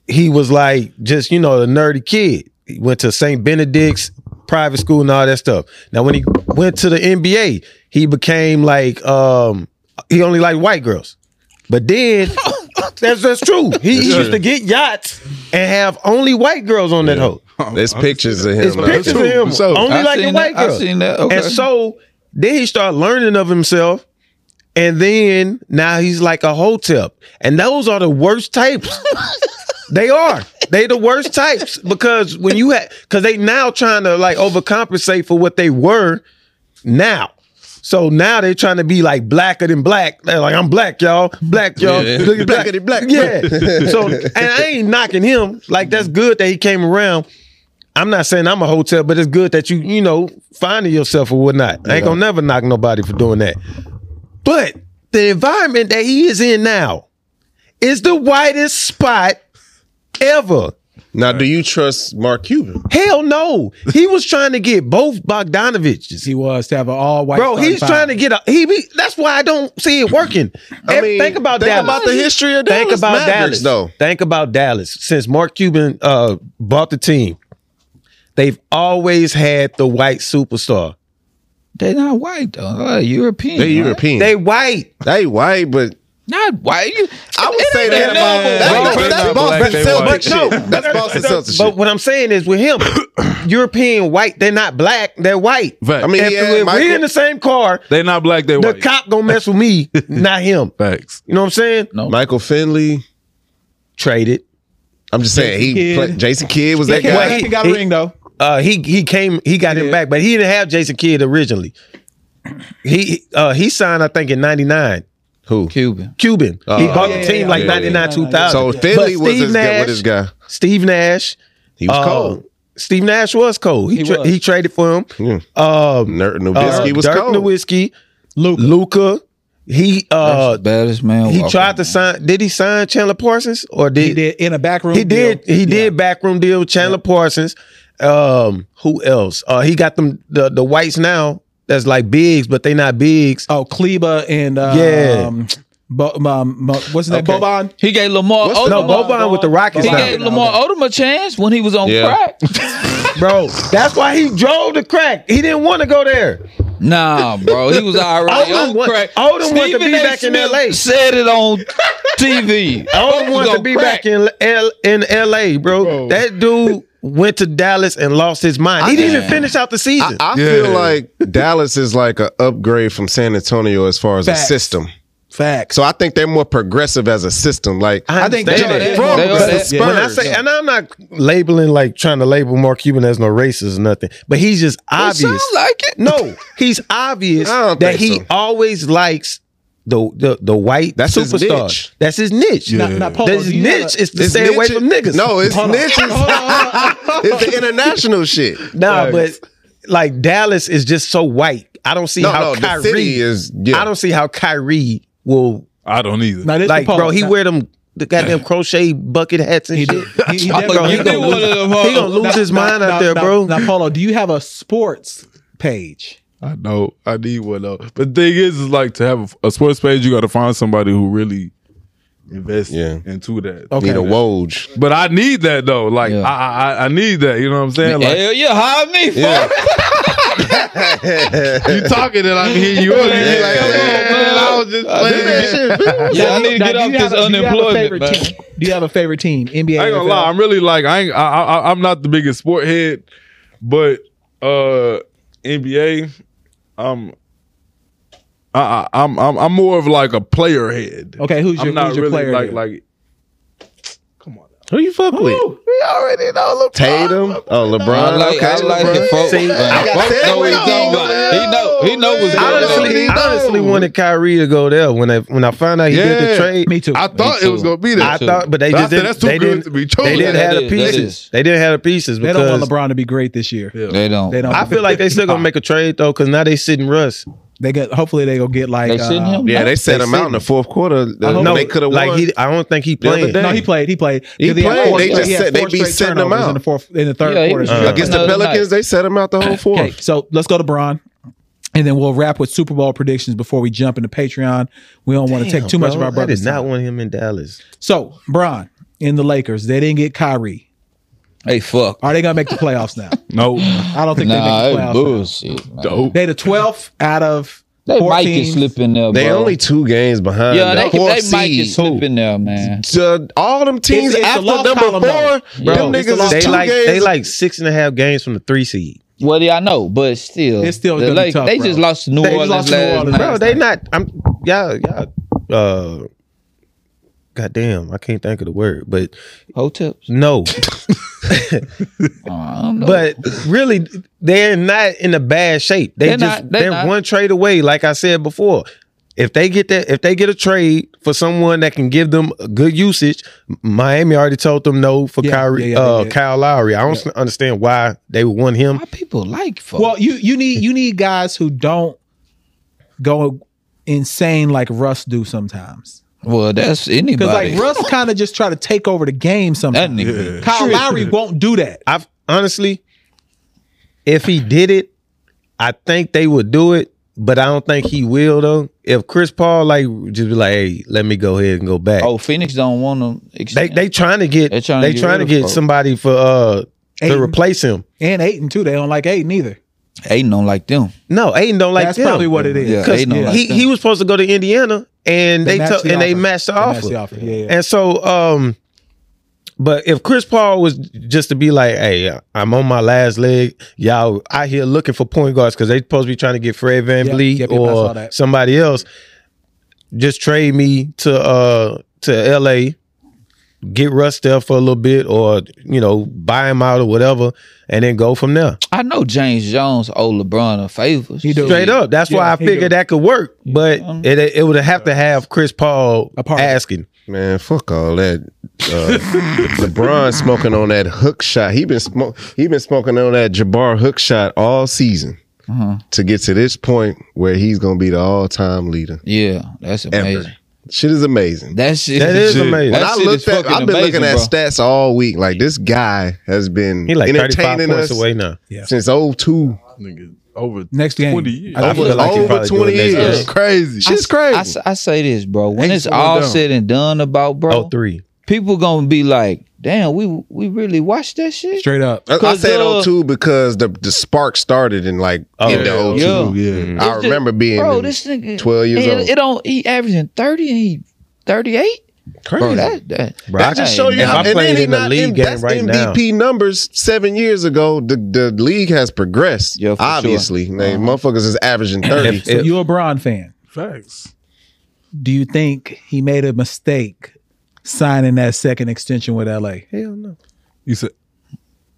Speaker 3: he was like just you know the nerdy kid. He went to St. Benedict's private school and all that stuff. Now when he went to the NBA, he became like um he only liked white girls. But then that's that's true. He, he used to get yachts and have only white girls on that hoe.
Speaker 4: There's pictures of him.
Speaker 3: It's
Speaker 4: now.
Speaker 3: pictures of
Speaker 5: true.
Speaker 3: him
Speaker 5: So-
Speaker 3: only
Speaker 6: I
Speaker 3: like
Speaker 6: seen
Speaker 3: the white
Speaker 6: that. I
Speaker 3: girls.
Speaker 6: seen that. Okay.
Speaker 3: And so then he started learning of himself. And then now he's like a hotep. And those are the worst types. they are. They the worst types. Because when you had cause they now trying to like overcompensate for what they were now. So now they're trying to be like blacker than black. They're like, I'm black, y'all. Black, y'all. Look at black. black. Yeah. so and I ain't knocking him. Like that's good that he came around. I'm not saying I'm a hotel, but it's good that you, you know, finding yourself or whatnot. I ain't gonna never knock nobody for doing that. But the environment that he is in now is the whitest spot ever.
Speaker 4: Now, do you trust Mark Cuban?
Speaker 3: Hell no. He was trying to get both Bogdanoviches.
Speaker 2: He was to have an all white.
Speaker 3: Bro, he's trying to get a he be that's why I don't see it working.
Speaker 4: I
Speaker 3: Every-
Speaker 4: mean,
Speaker 3: think about
Speaker 4: think
Speaker 3: Dallas.
Speaker 4: about the history of
Speaker 3: Think
Speaker 4: Dallas
Speaker 3: about
Speaker 4: Mavericks,
Speaker 3: Dallas.
Speaker 4: though.
Speaker 3: Think about Dallas. Since Mark Cuban uh bought the team, they've always had the white superstar.
Speaker 6: They're not white though. Uh, European.
Speaker 4: They
Speaker 6: right?
Speaker 4: European.
Speaker 3: They
Speaker 4: They,
Speaker 3: white.
Speaker 4: white, but
Speaker 6: Not white. You-
Speaker 4: I would
Speaker 6: It
Speaker 4: say
Speaker 6: ain't no
Speaker 4: that about
Speaker 6: more
Speaker 5: Bro,
Speaker 4: that's,
Speaker 6: white.
Speaker 4: that's,
Speaker 5: black,
Speaker 4: that's Boston
Speaker 5: they white. But
Speaker 4: Celtics
Speaker 3: no,
Speaker 4: Oh, shit. That's Boston Celtics
Speaker 3: But
Speaker 4: shit.
Speaker 3: what I'm saying is with him, European white, they're not black, they're white.
Speaker 5: Fact.
Speaker 4: I mean,
Speaker 3: if
Speaker 4: yeah,
Speaker 3: we- if
Speaker 4: Michael-
Speaker 3: we in the same car,
Speaker 5: They not black. They
Speaker 3: the
Speaker 5: white.
Speaker 3: cop gonna mess with me, not him.
Speaker 5: Facts.
Speaker 3: You know what I'm saying?
Speaker 4: Michael Finley.
Speaker 3: Traded.
Speaker 4: I'm just saying he.
Speaker 2: Kidd.
Speaker 4: Play, Jason Kidd was that
Speaker 2: He,
Speaker 4: guy.
Speaker 3: Wait.
Speaker 2: he got a
Speaker 3: He-
Speaker 2: ring though.
Speaker 3: Uh, he he came he got him back, but he didn't have Jason Kidd originally. He uh, he signed I think in '99.
Speaker 4: Who?
Speaker 6: Cuban.
Speaker 3: Cuban. he
Speaker 4: Oh,
Speaker 3: bought
Speaker 4: yeah,
Speaker 3: the team
Speaker 2: yeah,
Speaker 3: like
Speaker 4: yeah, yeah.
Speaker 3: '99 2000.
Speaker 4: So
Speaker 3: But
Speaker 4: Finley was
Speaker 3: Steve
Speaker 4: this guy,
Speaker 3: Nash,
Speaker 4: with this guy.
Speaker 3: Steve Nash.
Speaker 4: He was
Speaker 3: uh,
Speaker 4: cold.
Speaker 3: Steve Nash was cold. He
Speaker 6: He
Speaker 3: tra-
Speaker 6: was.
Speaker 3: he traded for him.
Speaker 4: Yeah.
Speaker 3: Um,
Speaker 4: Nerd
Speaker 3: uh,
Speaker 4: Nowitzki was
Speaker 3: Dirk
Speaker 4: cold.
Speaker 3: Nowitzki,
Speaker 2: Luke.
Speaker 3: Luca, He uh
Speaker 6: baddest man.
Speaker 3: he
Speaker 4: Oh,
Speaker 6: walking.
Speaker 3: tried to sign. Did he sign Chandler Parsons or did
Speaker 2: He did in a back room.
Speaker 3: He did.
Speaker 2: deal.
Speaker 3: He did backroom deal with Chandler Parsons. Um, who else? Uh, he got them the the whites now. That's like bigs, but they not bigs.
Speaker 2: Oh, Kleba and um,
Speaker 3: Yeah.
Speaker 2: Bo, um, Mo- what's his name?
Speaker 3: Okay.
Speaker 2: Boban.
Speaker 6: He gave Lamar
Speaker 3: What's the- no,
Speaker 6: Odom.
Speaker 3: Boban with the Rockets
Speaker 6: he
Speaker 3: now.
Speaker 6: gave Lamar Odom a chance when he was on
Speaker 4: Yeah.
Speaker 6: crack.
Speaker 3: bro. That's why he drove the crack. He didn't want to go there.
Speaker 6: Nah, bro, he was already
Speaker 3: Odom
Speaker 6: on
Speaker 3: want-
Speaker 6: crack.
Speaker 3: Odom want to
Speaker 6: Stephen
Speaker 3: be
Speaker 6: A.
Speaker 3: back in
Speaker 6: Smith
Speaker 3: LA.
Speaker 6: Said it on TV.
Speaker 3: I don't want
Speaker 6: go
Speaker 3: to be
Speaker 6: Oh, crack.
Speaker 3: back in L- in L.A., bro. That dude went to Dallas and lost his mind. He didn't even finish out the
Speaker 4: I,
Speaker 3: season.
Speaker 4: I
Speaker 5: Yeah.
Speaker 4: feel like Dallas is like an upgrade from San Antonio as far as
Speaker 2: Facts.
Speaker 4: a system.
Speaker 2: Facts.
Speaker 4: So I think they're more progressive as a system. Like
Speaker 3: I
Speaker 2: think
Speaker 3: understand
Speaker 2: they are
Speaker 3: that.
Speaker 2: that-
Speaker 4: Bro,
Speaker 6: they are
Speaker 4: but
Speaker 6: that-
Speaker 4: the Spurs-
Speaker 3: When I say, and I'm not labeling like trying to label Mark Cuban as no racist or nothing, but he's just
Speaker 6: It
Speaker 3: obvious.
Speaker 6: sound like it.
Speaker 3: no, he's obvious
Speaker 4: I don't
Speaker 3: that
Speaker 4: think
Speaker 3: he
Speaker 4: so.
Speaker 3: always likes the the, the white
Speaker 4: That's his
Speaker 3: superstar.
Speaker 4: niche.
Speaker 3: That's his niche.
Speaker 5: Yeah.
Speaker 2: Now, Polo,
Speaker 3: That's
Speaker 2: do you have
Speaker 3: niche
Speaker 2: a-
Speaker 3: is to stay away from niggas.
Speaker 4: No, it's
Speaker 2: Hold on. Hold
Speaker 4: niches.
Speaker 2: on, hold on.
Speaker 4: it's the international shit.
Speaker 3: nah, but like Dallas is just so white. I don't see
Speaker 4: No,
Speaker 3: how
Speaker 4: no, the
Speaker 3: Kyrie
Speaker 4: city is. Yeah.
Speaker 3: I don't see how Kyrie will
Speaker 5: I don't either.
Speaker 2: Now, this
Speaker 3: like,
Speaker 2: the
Speaker 3: bro.
Speaker 2: Polo.
Speaker 3: He
Speaker 2: Now,
Speaker 3: wear them the goddamn crochet bucket hats and
Speaker 2: He
Speaker 3: shit.
Speaker 2: did. He, he
Speaker 6: I
Speaker 2: definitely-
Speaker 6: thought
Speaker 3: Bro,
Speaker 6: you
Speaker 3: he
Speaker 6: did
Speaker 3: gonna
Speaker 6: one of
Speaker 3: lose-
Speaker 6: them.
Speaker 3: he gonna lose
Speaker 2: oh, Now-
Speaker 3: his
Speaker 2: now-
Speaker 3: mind out
Speaker 2: now-
Speaker 3: there,
Speaker 2: now-
Speaker 3: bro.
Speaker 2: Now, Paulo, do you have a sports page?
Speaker 5: I know. I need one though. But the thing is, is like to have a, a sports page, you got to find somebody who really invests
Speaker 4: Yeah.
Speaker 5: into that.
Speaker 2: Okay.
Speaker 4: Need a Woj.
Speaker 5: But I need that though. Like
Speaker 6: Yeah.
Speaker 5: I, I, I need that. You know what I'm saying? Like
Speaker 6: Hell yeah, hire me. fuck.
Speaker 5: you talking, and I can hear you. on it. Like,
Speaker 4: Yeah.
Speaker 5: man, I was just playing that shit.
Speaker 6: Yeah, I need to
Speaker 2: Now,
Speaker 6: get
Speaker 2: do
Speaker 6: off this
Speaker 2: you have a- do you have a
Speaker 6: unemployment.
Speaker 2: favorite
Speaker 6: man.
Speaker 2: team? Do you have a favorite team? NBA.
Speaker 5: I ain't gonna
Speaker 2: NFL?
Speaker 5: lie. I'm really like I ain't. I, I, I'm not the biggest sport head, but uh NBA, I'm. I, I, I'm I'm I'm more of like a player head.
Speaker 2: Okay, who's Oh, your,
Speaker 5: I'm not
Speaker 2: who's your
Speaker 5: really
Speaker 2: player?
Speaker 5: like
Speaker 2: then?
Speaker 5: like
Speaker 3: Who you fuck with?
Speaker 4: Tatum. Oh, LeBron.
Speaker 6: I like,
Speaker 4: okay,
Speaker 6: I like the
Speaker 4: LeBron.
Speaker 6: folks.
Speaker 3: See,
Speaker 6: man.
Speaker 4: I got
Speaker 6: Folks
Speaker 4: that
Speaker 6: know what he's
Speaker 4: one.
Speaker 6: talking about. He know, he know what's going on.
Speaker 3: honestly, I honestly wanted Kyrie to go there when I when I found out he did the
Speaker 5: Yeah.
Speaker 3: trade.
Speaker 2: Me too.
Speaker 5: I thought
Speaker 6: too.
Speaker 5: it was gonna be that.
Speaker 3: I thought, but they
Speaker 5: But I
Speaker 3: just
Speaker 5: said,
Speaker 3: didn't.
Speaker 5: that's too
Speaker 3: they
Speaker 5: good
Speaker 3: didn't,
Speaker 5: to be true.
Speaker 3: They didn't
Speaker 6: That
Speaker 3: have the
Speaker 6: is, that
Speaker 3: pieces.
Speaker 6: is.
Speaker 3: They didn't have the pieces
Speaker 2: they don't want
Speaker 3: because
Speaker 2: LeBron to be great this year.
Speaker 6: They don't.
Speaker 2: They don't.
Speaker 3: I feel like they still gonna make a trade though because now they sitting Russ.
Speaker 2: They get. Hopefully, they go get like. uh,
Speaker 6: They sitting him?
Speaker 4: Yeah, they set
Speaker 3: They
Speaker 4: him out in the fourth quarter.
Speaker 2: hope-
Speaker 4: No, they could have
Speaker 3: like
Speaker 4: won.
Speaker 3: he. I don't think he
Speaker 4: The other
Speaker 3: playing.
Speaker 4: day.
Speaker 2: No, he played. He played.
Speaker 4: He
Speaker 2: 'Cause had
Speaker 4: played.
Speaker 2: four
Speaker 4: They
Speaker 2: straight-
Speaker 4: just
Speaker 2: he had
Speaker 4: said they
Speaker 2: four
Speaker 4: be
Speaker 2: straight
Speaker 4: sitting him
Speaker 2: turnovers in
Speaker 4: out.
Speaker 2: the fourth in the third
Speaker 6: Yeah, he
Speaker 2: quarter.
Speaker 6: was
Speaker 2: He
Speaker 6: Uh,
Speaker 2: had
Speaker 4: Against
Speaker 6: another
Speaker 4: the Pelicans,
Speaker 6: night.
Speaker 4: they set him out the whole fourth.
Speaker 2: Okay, so let's go to Braun. And then we'll wrap with Super Bowl predictions before we jump into Patreon. We don't want to take too much of our
Speaker 3: brother. I
Speaker 2: brother's
Speaker 3: did not
Speaker 2: time.
Speaker 3: want him in Dallas.
Speaker 2: So, Braun in the Lakers, they didn't get Kyrie.
Speaker 6: Hey, fuck.
Speaker 2: Are they going to make the playoffs now?
Speaker 5: no.
Speaker 2: I don't think
Speaker 6: Nah,
Speaker 2: they
Speaker 6: that's
Speaker 2: make the playoffs. now.
Speaker 6: bullshit. man.
Speaker 5: Dope.
Speaker 2: They the 12th out of
Speaker 6: They
Speaker 2: 14.
Speaker 6: might can slip in there, bro.
Speaker 4: They only two games behind.
Speaker 6: yeah,
Speaker 4: the
Speaker 6: they,
Speaker 4: fourth
Speaker 6: they might can
Speaker 4: seed.
Speaker 6: slip in there, man.
Speaker 4: To all them teams
Speaker 2: It's- it's a
Speaker 4: after
Speaker 2: loss
Speaker 4: number
Speaker 2: column, though.
Speaker 4: four,
Speaker 6: Bro,
Speaker 4: them
Speaker 2: it's a
Speaker 4: niggas
Speaker 2: loss
Speaker 4: is
Speaker 3: They
Speaker 4: two
Speaker 3: like
Speaker 4: games.
Speaker 3: they like six and a half games from the three seed.
Speaker 6: Well, yeah, I know, but still,
Speaker 2: It's still
Speaker 6: the
Speaker 2: gonna be
Speaker 6: Lake-
Speaker 2: tough,
Speaker 6: They
Speaker 2: bro.
Speaker 6: just lost to New
Speaker 2: They just
Speaker 6: Orleans
Speaker 2: lost
Speaker 6: last
Speaker 2: to New Orleans.
Speaker 6: night.
Speaker 3: Bro, they not. I'm y'all y'all. Uh, goddamn, I can't think of the word, but
Speaker 6: Hoteps.
Speaker 3: no.
Speaker 6: Uh, I don't know.
Speaker 3: But really, they're not in a bad shape. They
Speaker 6: They're
Speaker 3: just
Speaker 6: not-
Speaker 3: they're,
Speaker 6: they're not.
Speaker 3: one trade away. Like I said before, if they get that, if they get a trade for someone that can give them good usage, Miami already told them no for
Speaker 2: Yeah,
Speaker 3: Kyrie,
Speaker 2: yeah, yeah,
Speaker 3: uh,
Speaker 2: yeah.
Speaker 3: Kyle Lowry. I don't understand why they would want him.
Speaker 6: why people like fuck?
Speaker 2: Well, you you need you need guys who don't go insane like Russ do sometimes.
Speaker 6: Well, that's
Speaker 2: Because
Speaker 6: anybody.
Speaker 2: like Russ kind of just try to take over the game
Speaker 6: that
Speaker 2: sometimes.
Speaker 6: nigga.
Speaker 2: Kyle Lowry won't do that.
Speaker 3: I've honestly, if he did it, I think they would do it, but I don't think he will though. If Chris Paul like just be like, hey, let me go ahead and go back.
Speaker 6: Oh, Phoenix don't want them. Ex-
Speaker 3: They they trying to get
Speaker 6: They
Speaker 3: they
Speaker 6: tryna
Speaker 3: trying,
Speaker 6: get
Speaker 3: to
Speaker 6: rid of
Speaker 3: get
Speaker 6: folks.
Speaker 3: somebody for uh to
Speaker 2: Aiden.
Speaker 3: replace him.
Speaker 2: And Aiton too. They don't like Aiton either.
Speaker 6: Aiden don't like them.
Speaker 3: No, Aiden don't like
Speaker 2: That's
Speaker 3: them.
Speaker 2: probably what it is.
Speaker 6: Yeah,
Speaker 3: 'Cause
Speaker 6: Aiden don't like
Speaker 3: he
Speaker 6: them.
Speaker 3: he was supposed to go to Indiana and they,
Speaker 2: matched
Speaker 3: took
Speaker 2: the
Speaker 3: and they
Speaker 2: offer.
Speaker 3: matched the
Speaker 2: They
Speaker 3: offer.
Speaker 2: matched the offer. Yeah, yeah.
Speaker 3: And so um but if Chris Paul was just to be like, "Hey, I'm on my last leg, y'all out here looking for point guards because they supposed to be trying to get Fred Van
Speaker 2: Yep,
Speaker 3: Vliet
Speaker 2: yep, yep, I saw
Speaker 3: or
Speaker 2: that.
Speaker 3: somebody else, just trade me to uh to L.A. Get Russ there for a little bit, or you know, buy him out or whatever, and then go from there.
Speaker 6: I know James Jones owe LeBron a favor.
Speaker 2: He do.
Speaker 3: Straight up, that's why
Speaker 2: Yeah,
Speaker 3: I
Speaker 2: he
Speaker 3: figured
Speaker 2: do.
Speaker 3: that could work, but
Speaker 6: Um,
Speaker 3: it it would have to have Chris Paul
Speaker 2: A part of it.
Speaker 3: asking.
Speaker 4: Man, fuck all that. Uh, LeBron smoking on that hook shot. He been smoke. He been smoking on that Jabbar hook shot all season.
Speaker 6: Uh-huh.
Speaker 4: to get to this point where he's gonna be the all time leader
Speaker 6: Yeah, that's
Speaker 4: ever.
Speaker 6: amazing.
Speaker 4: Shit is amazing.
Speaker 6: That shit.
Speaker 3: That is
Speaker 5: Shit.
Speaker 3: amazing.
Speaker 4: When
Speaker 6: that
Speaker 4: I
Speaker 6: shit
Speaker 4: looked
Speaker 6: is
Speaker 4: at,
Speaker 6: fucking
Speaker 4: I've been looking at
Speaker 6: amazing,
Speaker 4: stats all week. Like this guy has been
Speaker 3: He like thirty five
Speaker 4: entertaining us
Speaker 3: points away now.
Speaker 4: since 02.
Speaker 5: Nigga, over
Speaker 2: Next game.
Speaker 5: 20 years.
Speaker 2: I
Speaker 3: I
Speaker 2: think
Speaker 3: feel like he
Speaker 4: over
Speaker 3: probably
Speaker 4: 20
Speaker 3: doing next
Speaker 4: years.
Speaker 3: year.
Speaker 4: Crazy. Shit's crazy.
Speaker 6: I, s- I say this, bro. When
Speaker 5: Ain't
Speaker 6: it's
Speaker 5: slowing
Speaker 6: all
Speaker 5: down.
Speaker 6: said and done about, bro,
Speaker 3: Oh three.
Speaker 6: people gonna be like, "Damn, we we really watched that shit."
Speaker 2: Straight up.
Speaker 4: I, I
Speaker 6: Cause,
Speaker 4: said
Speaker 6: uh,
Speaker 4: 02 because the, the spark started in like
Speaker 3: Oh,
Speaker 4: in the 02.
Speaker 6: Yeah.
Speaker 5: yeah.
Speaker 6: It's
Speaker 4: I
Speaker 6: just-
Speaker 4: remember being
Speaker 6: bro,
Speaker 4: in-
Speaker 6: this nigga
Speaker 4: 12 years
Speaker 6: he,
Speaker 4: old.
Speaker 6: It don't. He averaging thirty and he thirty eight.
Speaker 3: Crazy.
Speaker 6: That, that,
Speaker 3: Bro, I just show you
Speaker 6: ain't-
Speaker 3: how-
Speaker 4: and
Speaker 3: I played
Speaker 4: then he
Speaker 3: in the
Speaker 4: not-
Speaker 3: league
Speaker 4: and
Speaker 3: game
Speaker 4: that's
Speaker 3: right
Speaker 4: MVP numbers seven years ago. The the league has progressed.
Speaker 6: Yeah, for sure.
Speaker 4: obviously, Like, motherfuckers is averaging thirty.
Speaker 3: If-
Speaker 2: So
Speaker 3: if-
Speaker 2: you a Bron fan.
Speaker 5: Facts.
Speaker 2: Do you think he made a mistake signing that second extension with LA?
Speaker 3: Hell no.
Speaker 5: You said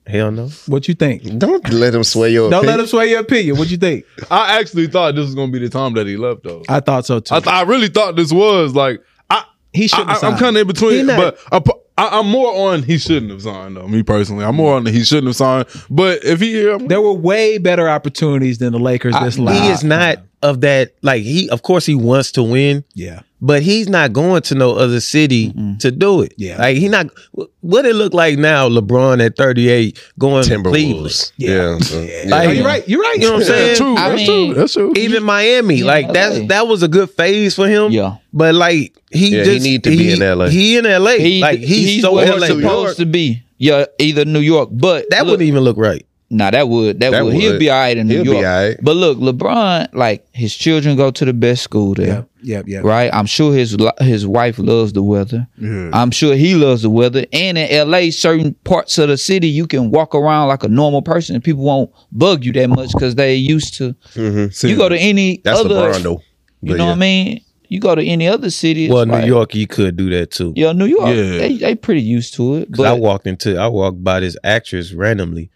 Speaker 3: Hell no.
Speaker 2: What you think?
Speaker 4: Don't let him sway your.
Speaker 2: Don't
Speaker 4: opinion.
Speaker 2: let him sway your opinion. What you think?
Speaker 5: I actually thought this was gonna be the time that he left though.
Speaker 2: I thought so too.
Speaker 5: I, th- I really thought this was like I.
Speaker 2: he
Speaker 5: I,
Speaker 2: shouldn't
Speaker 5: I- I'm kind of in
Speaker 3: He
Speaker 5: between,
Speaker 3: not-
Speaker 5: but I, pu- I, I'm more on he shouldn't have signed though. Me personally, I'm more on the he shouldn't have signed. But if he, here, I'm-
Speaker 2: There were way better opportunities than the Lakers this last.
Speaker 3: He is not of that like he of course he wants to win,
Speaker 2: Yeah.
Speaker 3: but he's not going to no other city to do it.
Speaker 2: Yeah.
Speaker 3: Like he not wh- what it look like now, LeBron at 38 going to Cleveland.
Speaker 4: Timberwolves. Yeah, so-
Speaker 3: Like,
Speaker 2: Oh, you're right. You're right.
Speaker 3: You know what I'm saying?
Speaker 5: true.
Speaker 6: I
Speaker 5: that's
Speaker 6: mean,
Speaker 5: true. That's true.
Speaker 3: Even Miami,
Speaker 6: Yeah,
Speaker 3: like
Speaker 6: LA.
Speaker 3: that that was a good phase for him.
Speaker 6: Yeah.
Speaker 3: But like he
Speaker 4: Yeah, he
Speaker 3: just
Speaker 4: need to be in LA.
Speaker 3: He in LA.
Speaker 6: He,
Speaker 3: like he's,
Speaker 6: he's
Speaker 3: so
Speaker 6: where
Speaker 3: LA.
Speaker 6: he's supposed to be. Yeah, either New York, but
Speaker 3: That
Speaker 6: look,
Speaker 3: wouldn't even look right.
Speaker 6: Nah, that would that,
Speaker 4: That
Speaker 6: would. He'll
Speaker 4: would.
Speaker 6: be all right in New
Speaker 4: He'll be
Speaker 6: York.
Speaker 4: alright.
Speaker 6: But look, LeBron, like his children go to the best school there.
Speaker 2: Yep. Yep. Yep.
Speaker 6: Right, I'm sure his li- his wife loves the weather. I'm sure he loves the weather. And in LA, certain parts of the city, you can walk around like a normal person, and people won't bug you that much because they used to. You go to any
Speaker 4: that's
Speaker 6: other,
Speaker 4: LeBron though.
Speaker 6: you know
Speaker 4: But yeah.
Speaker 6: what I mean? You go to any other city. it's
Speaker 3: Well, New
Speaker 6: like-
Speaker 3: York, he could do that too.
Speaker 6: yeah, New York,
Speaker 5: Yeah.
Speaker 6: they they pretty used to it.
Speaker 3: 'Cause I
Speaker 6: But
Speaker 3: walked into I walked by this actress randomly,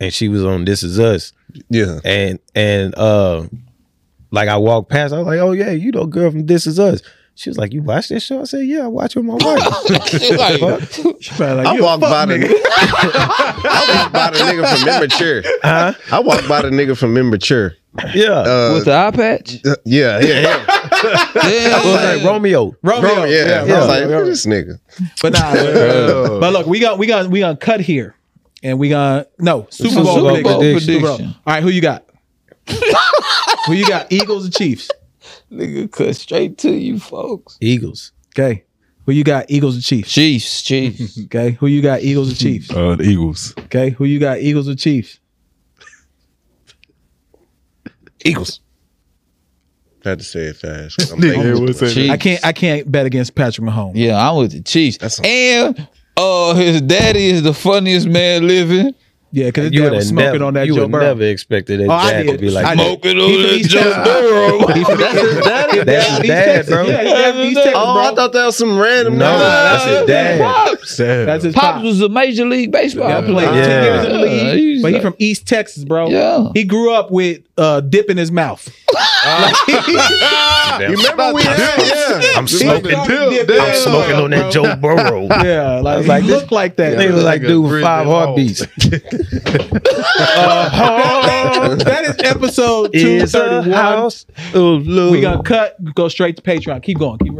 Speaker 3: and she was on This Is Us,
Speaker 4: Yeah,
Speaker 3: and and uh, like I walked past, I was like, oh yeah, you know, girl from This Is Us. She was like, you watch that show? I said, yeah, I watch it with my wife.
Speaker 6: like,
Speaker 2: Probably like,
Speaker 4: I
Speaker 2: you a
Speaker 4: walked
Speaker 2: fuck
Speaker 4: by the.
Speaker 2: nigga.
Speaker 4: I walked by the nigga from immature.
Speaker 3: huh?
Speaker 4: I walked by the nigga from immature.
Speaker 3: Yeah.
Speaker 4: Uh,
Speaker 6: with the eye patch,
Speaker 4: yeah, yeah, yeah.
Speaker 3: I was like Romeo.
Speaker 2: Romeo.
Speaker 4: Bro, yeah. I
Speaker 3: yeah.
Speaker 4: was like, look at this nigga.
Speaker 2: But nah. but, but look, we got we got we gonna cut here, and we gonna no Super Bowl,
Speaker 6: Super Bowl
Speaker 2: prediction.
Speaker 6: prediction.
Speaker 2: Super Bowl. All right, who you got? who you got? Eagles or Chiefs?
Speaker 6: nigga, cut straight to you folks.
Speaker 3: Eagles.
Speaker 2: Okay. Who you got? Eagles or Chiefs?
Speaker 6: Chiefs, Chiefs.
Speaker 2: Okay. Who you got? Eagles or Chiefs?
Speaker 5: Uh, the Eagles.
Speaker 2: Okay. Who you got? Eagles or Chiefs?
Speaker 3: Eagles.
Speaker 4: I had to say it fast. 'cause I'm
Speaker 5: Nigga,
Speaker 4: thinking-
Speaker 5: what's that?
Speaker 6: Chiefs.
Speaker 2: I can't I can't bet against Patrick Mahomes.
Speaker 6: Yeah, I'm with the Chiefs.
Speaker 4: That's a-
Speaker 6: and uh, his daddy is the funniest man living.
Speaker 2: Yeah, because
Speaker 3: You
Speaker 2: dad
Speaker 3: would have
Speaker 2: was smoking
Speaker 3: never,
Speaker 2: on that
Speaker 3: you
Speaker 2: Joe
Speaker 3: would
Speaker 2: Burrow.
Speaker 3: never expected that
Speaker 2: Oh, I
Speaker 3: dad
Speaker 2: did.
Speaker 3: to be
Speaker 2: I
Speaker 3: like,
Speaker 2: did.
Speaker 3: that.
Speaker 6: Smoking
Speaker 2: He from East Texas. He from East Texas.
Speaker 3: that's his dad, bro.
Speaker 2: Yeah, he's from East Texas,
Speaker 4: Oh, I
Speaker 2: bro.
Speaker 4: thought that was some random.
Speaker 3: No,
Speaker 4: nigga.
Speaker 3: that's his dad.
Speaker 6: Pops.
Speaker 2: That's his
Speaker 6: Pops
Speaker 2: pop.
Speaker 6: was a major league baseball
Speaker 2: Yeah,
Speaker 6: player.
Speaker 2: played
Speaker 3: Yeah.
Speaker 2: two years in the
Speaker 6: Yeah,
Speaker 2: league,
Speaker 6: he's
Speaker 2: but he
Speaker 6: a-
Speaker 2: from East Texas, bro.
Speaker 6: Yeah.
Speaker 2: He grew up with uh, dip in his mouth.
Speaker 4: You remember we had? Yeah.
Speaker 3: I'm smoking. I'm smoking on that Joe Burrow.
Speaker 2: Yeah, like,
Speaker 3: like,
Speaker 2: he
Speaker 3: this-
Speaker 2: looked like that.
Speaker 3: They look like dude with
Speaker 5: Grizzly
Speaker 3: five
Speaker 5: Hall.
Speaker 3: heartbeats.
Speaker 2: that is episode two
Speaker 3: Is uh, a
Speaker 2: thirty one.
Speaker 3: house of
Speaker 2: We
Speaker 3: love.
Speaker 2: gonna cut. Go straight to Patreon. Keep going. Keep.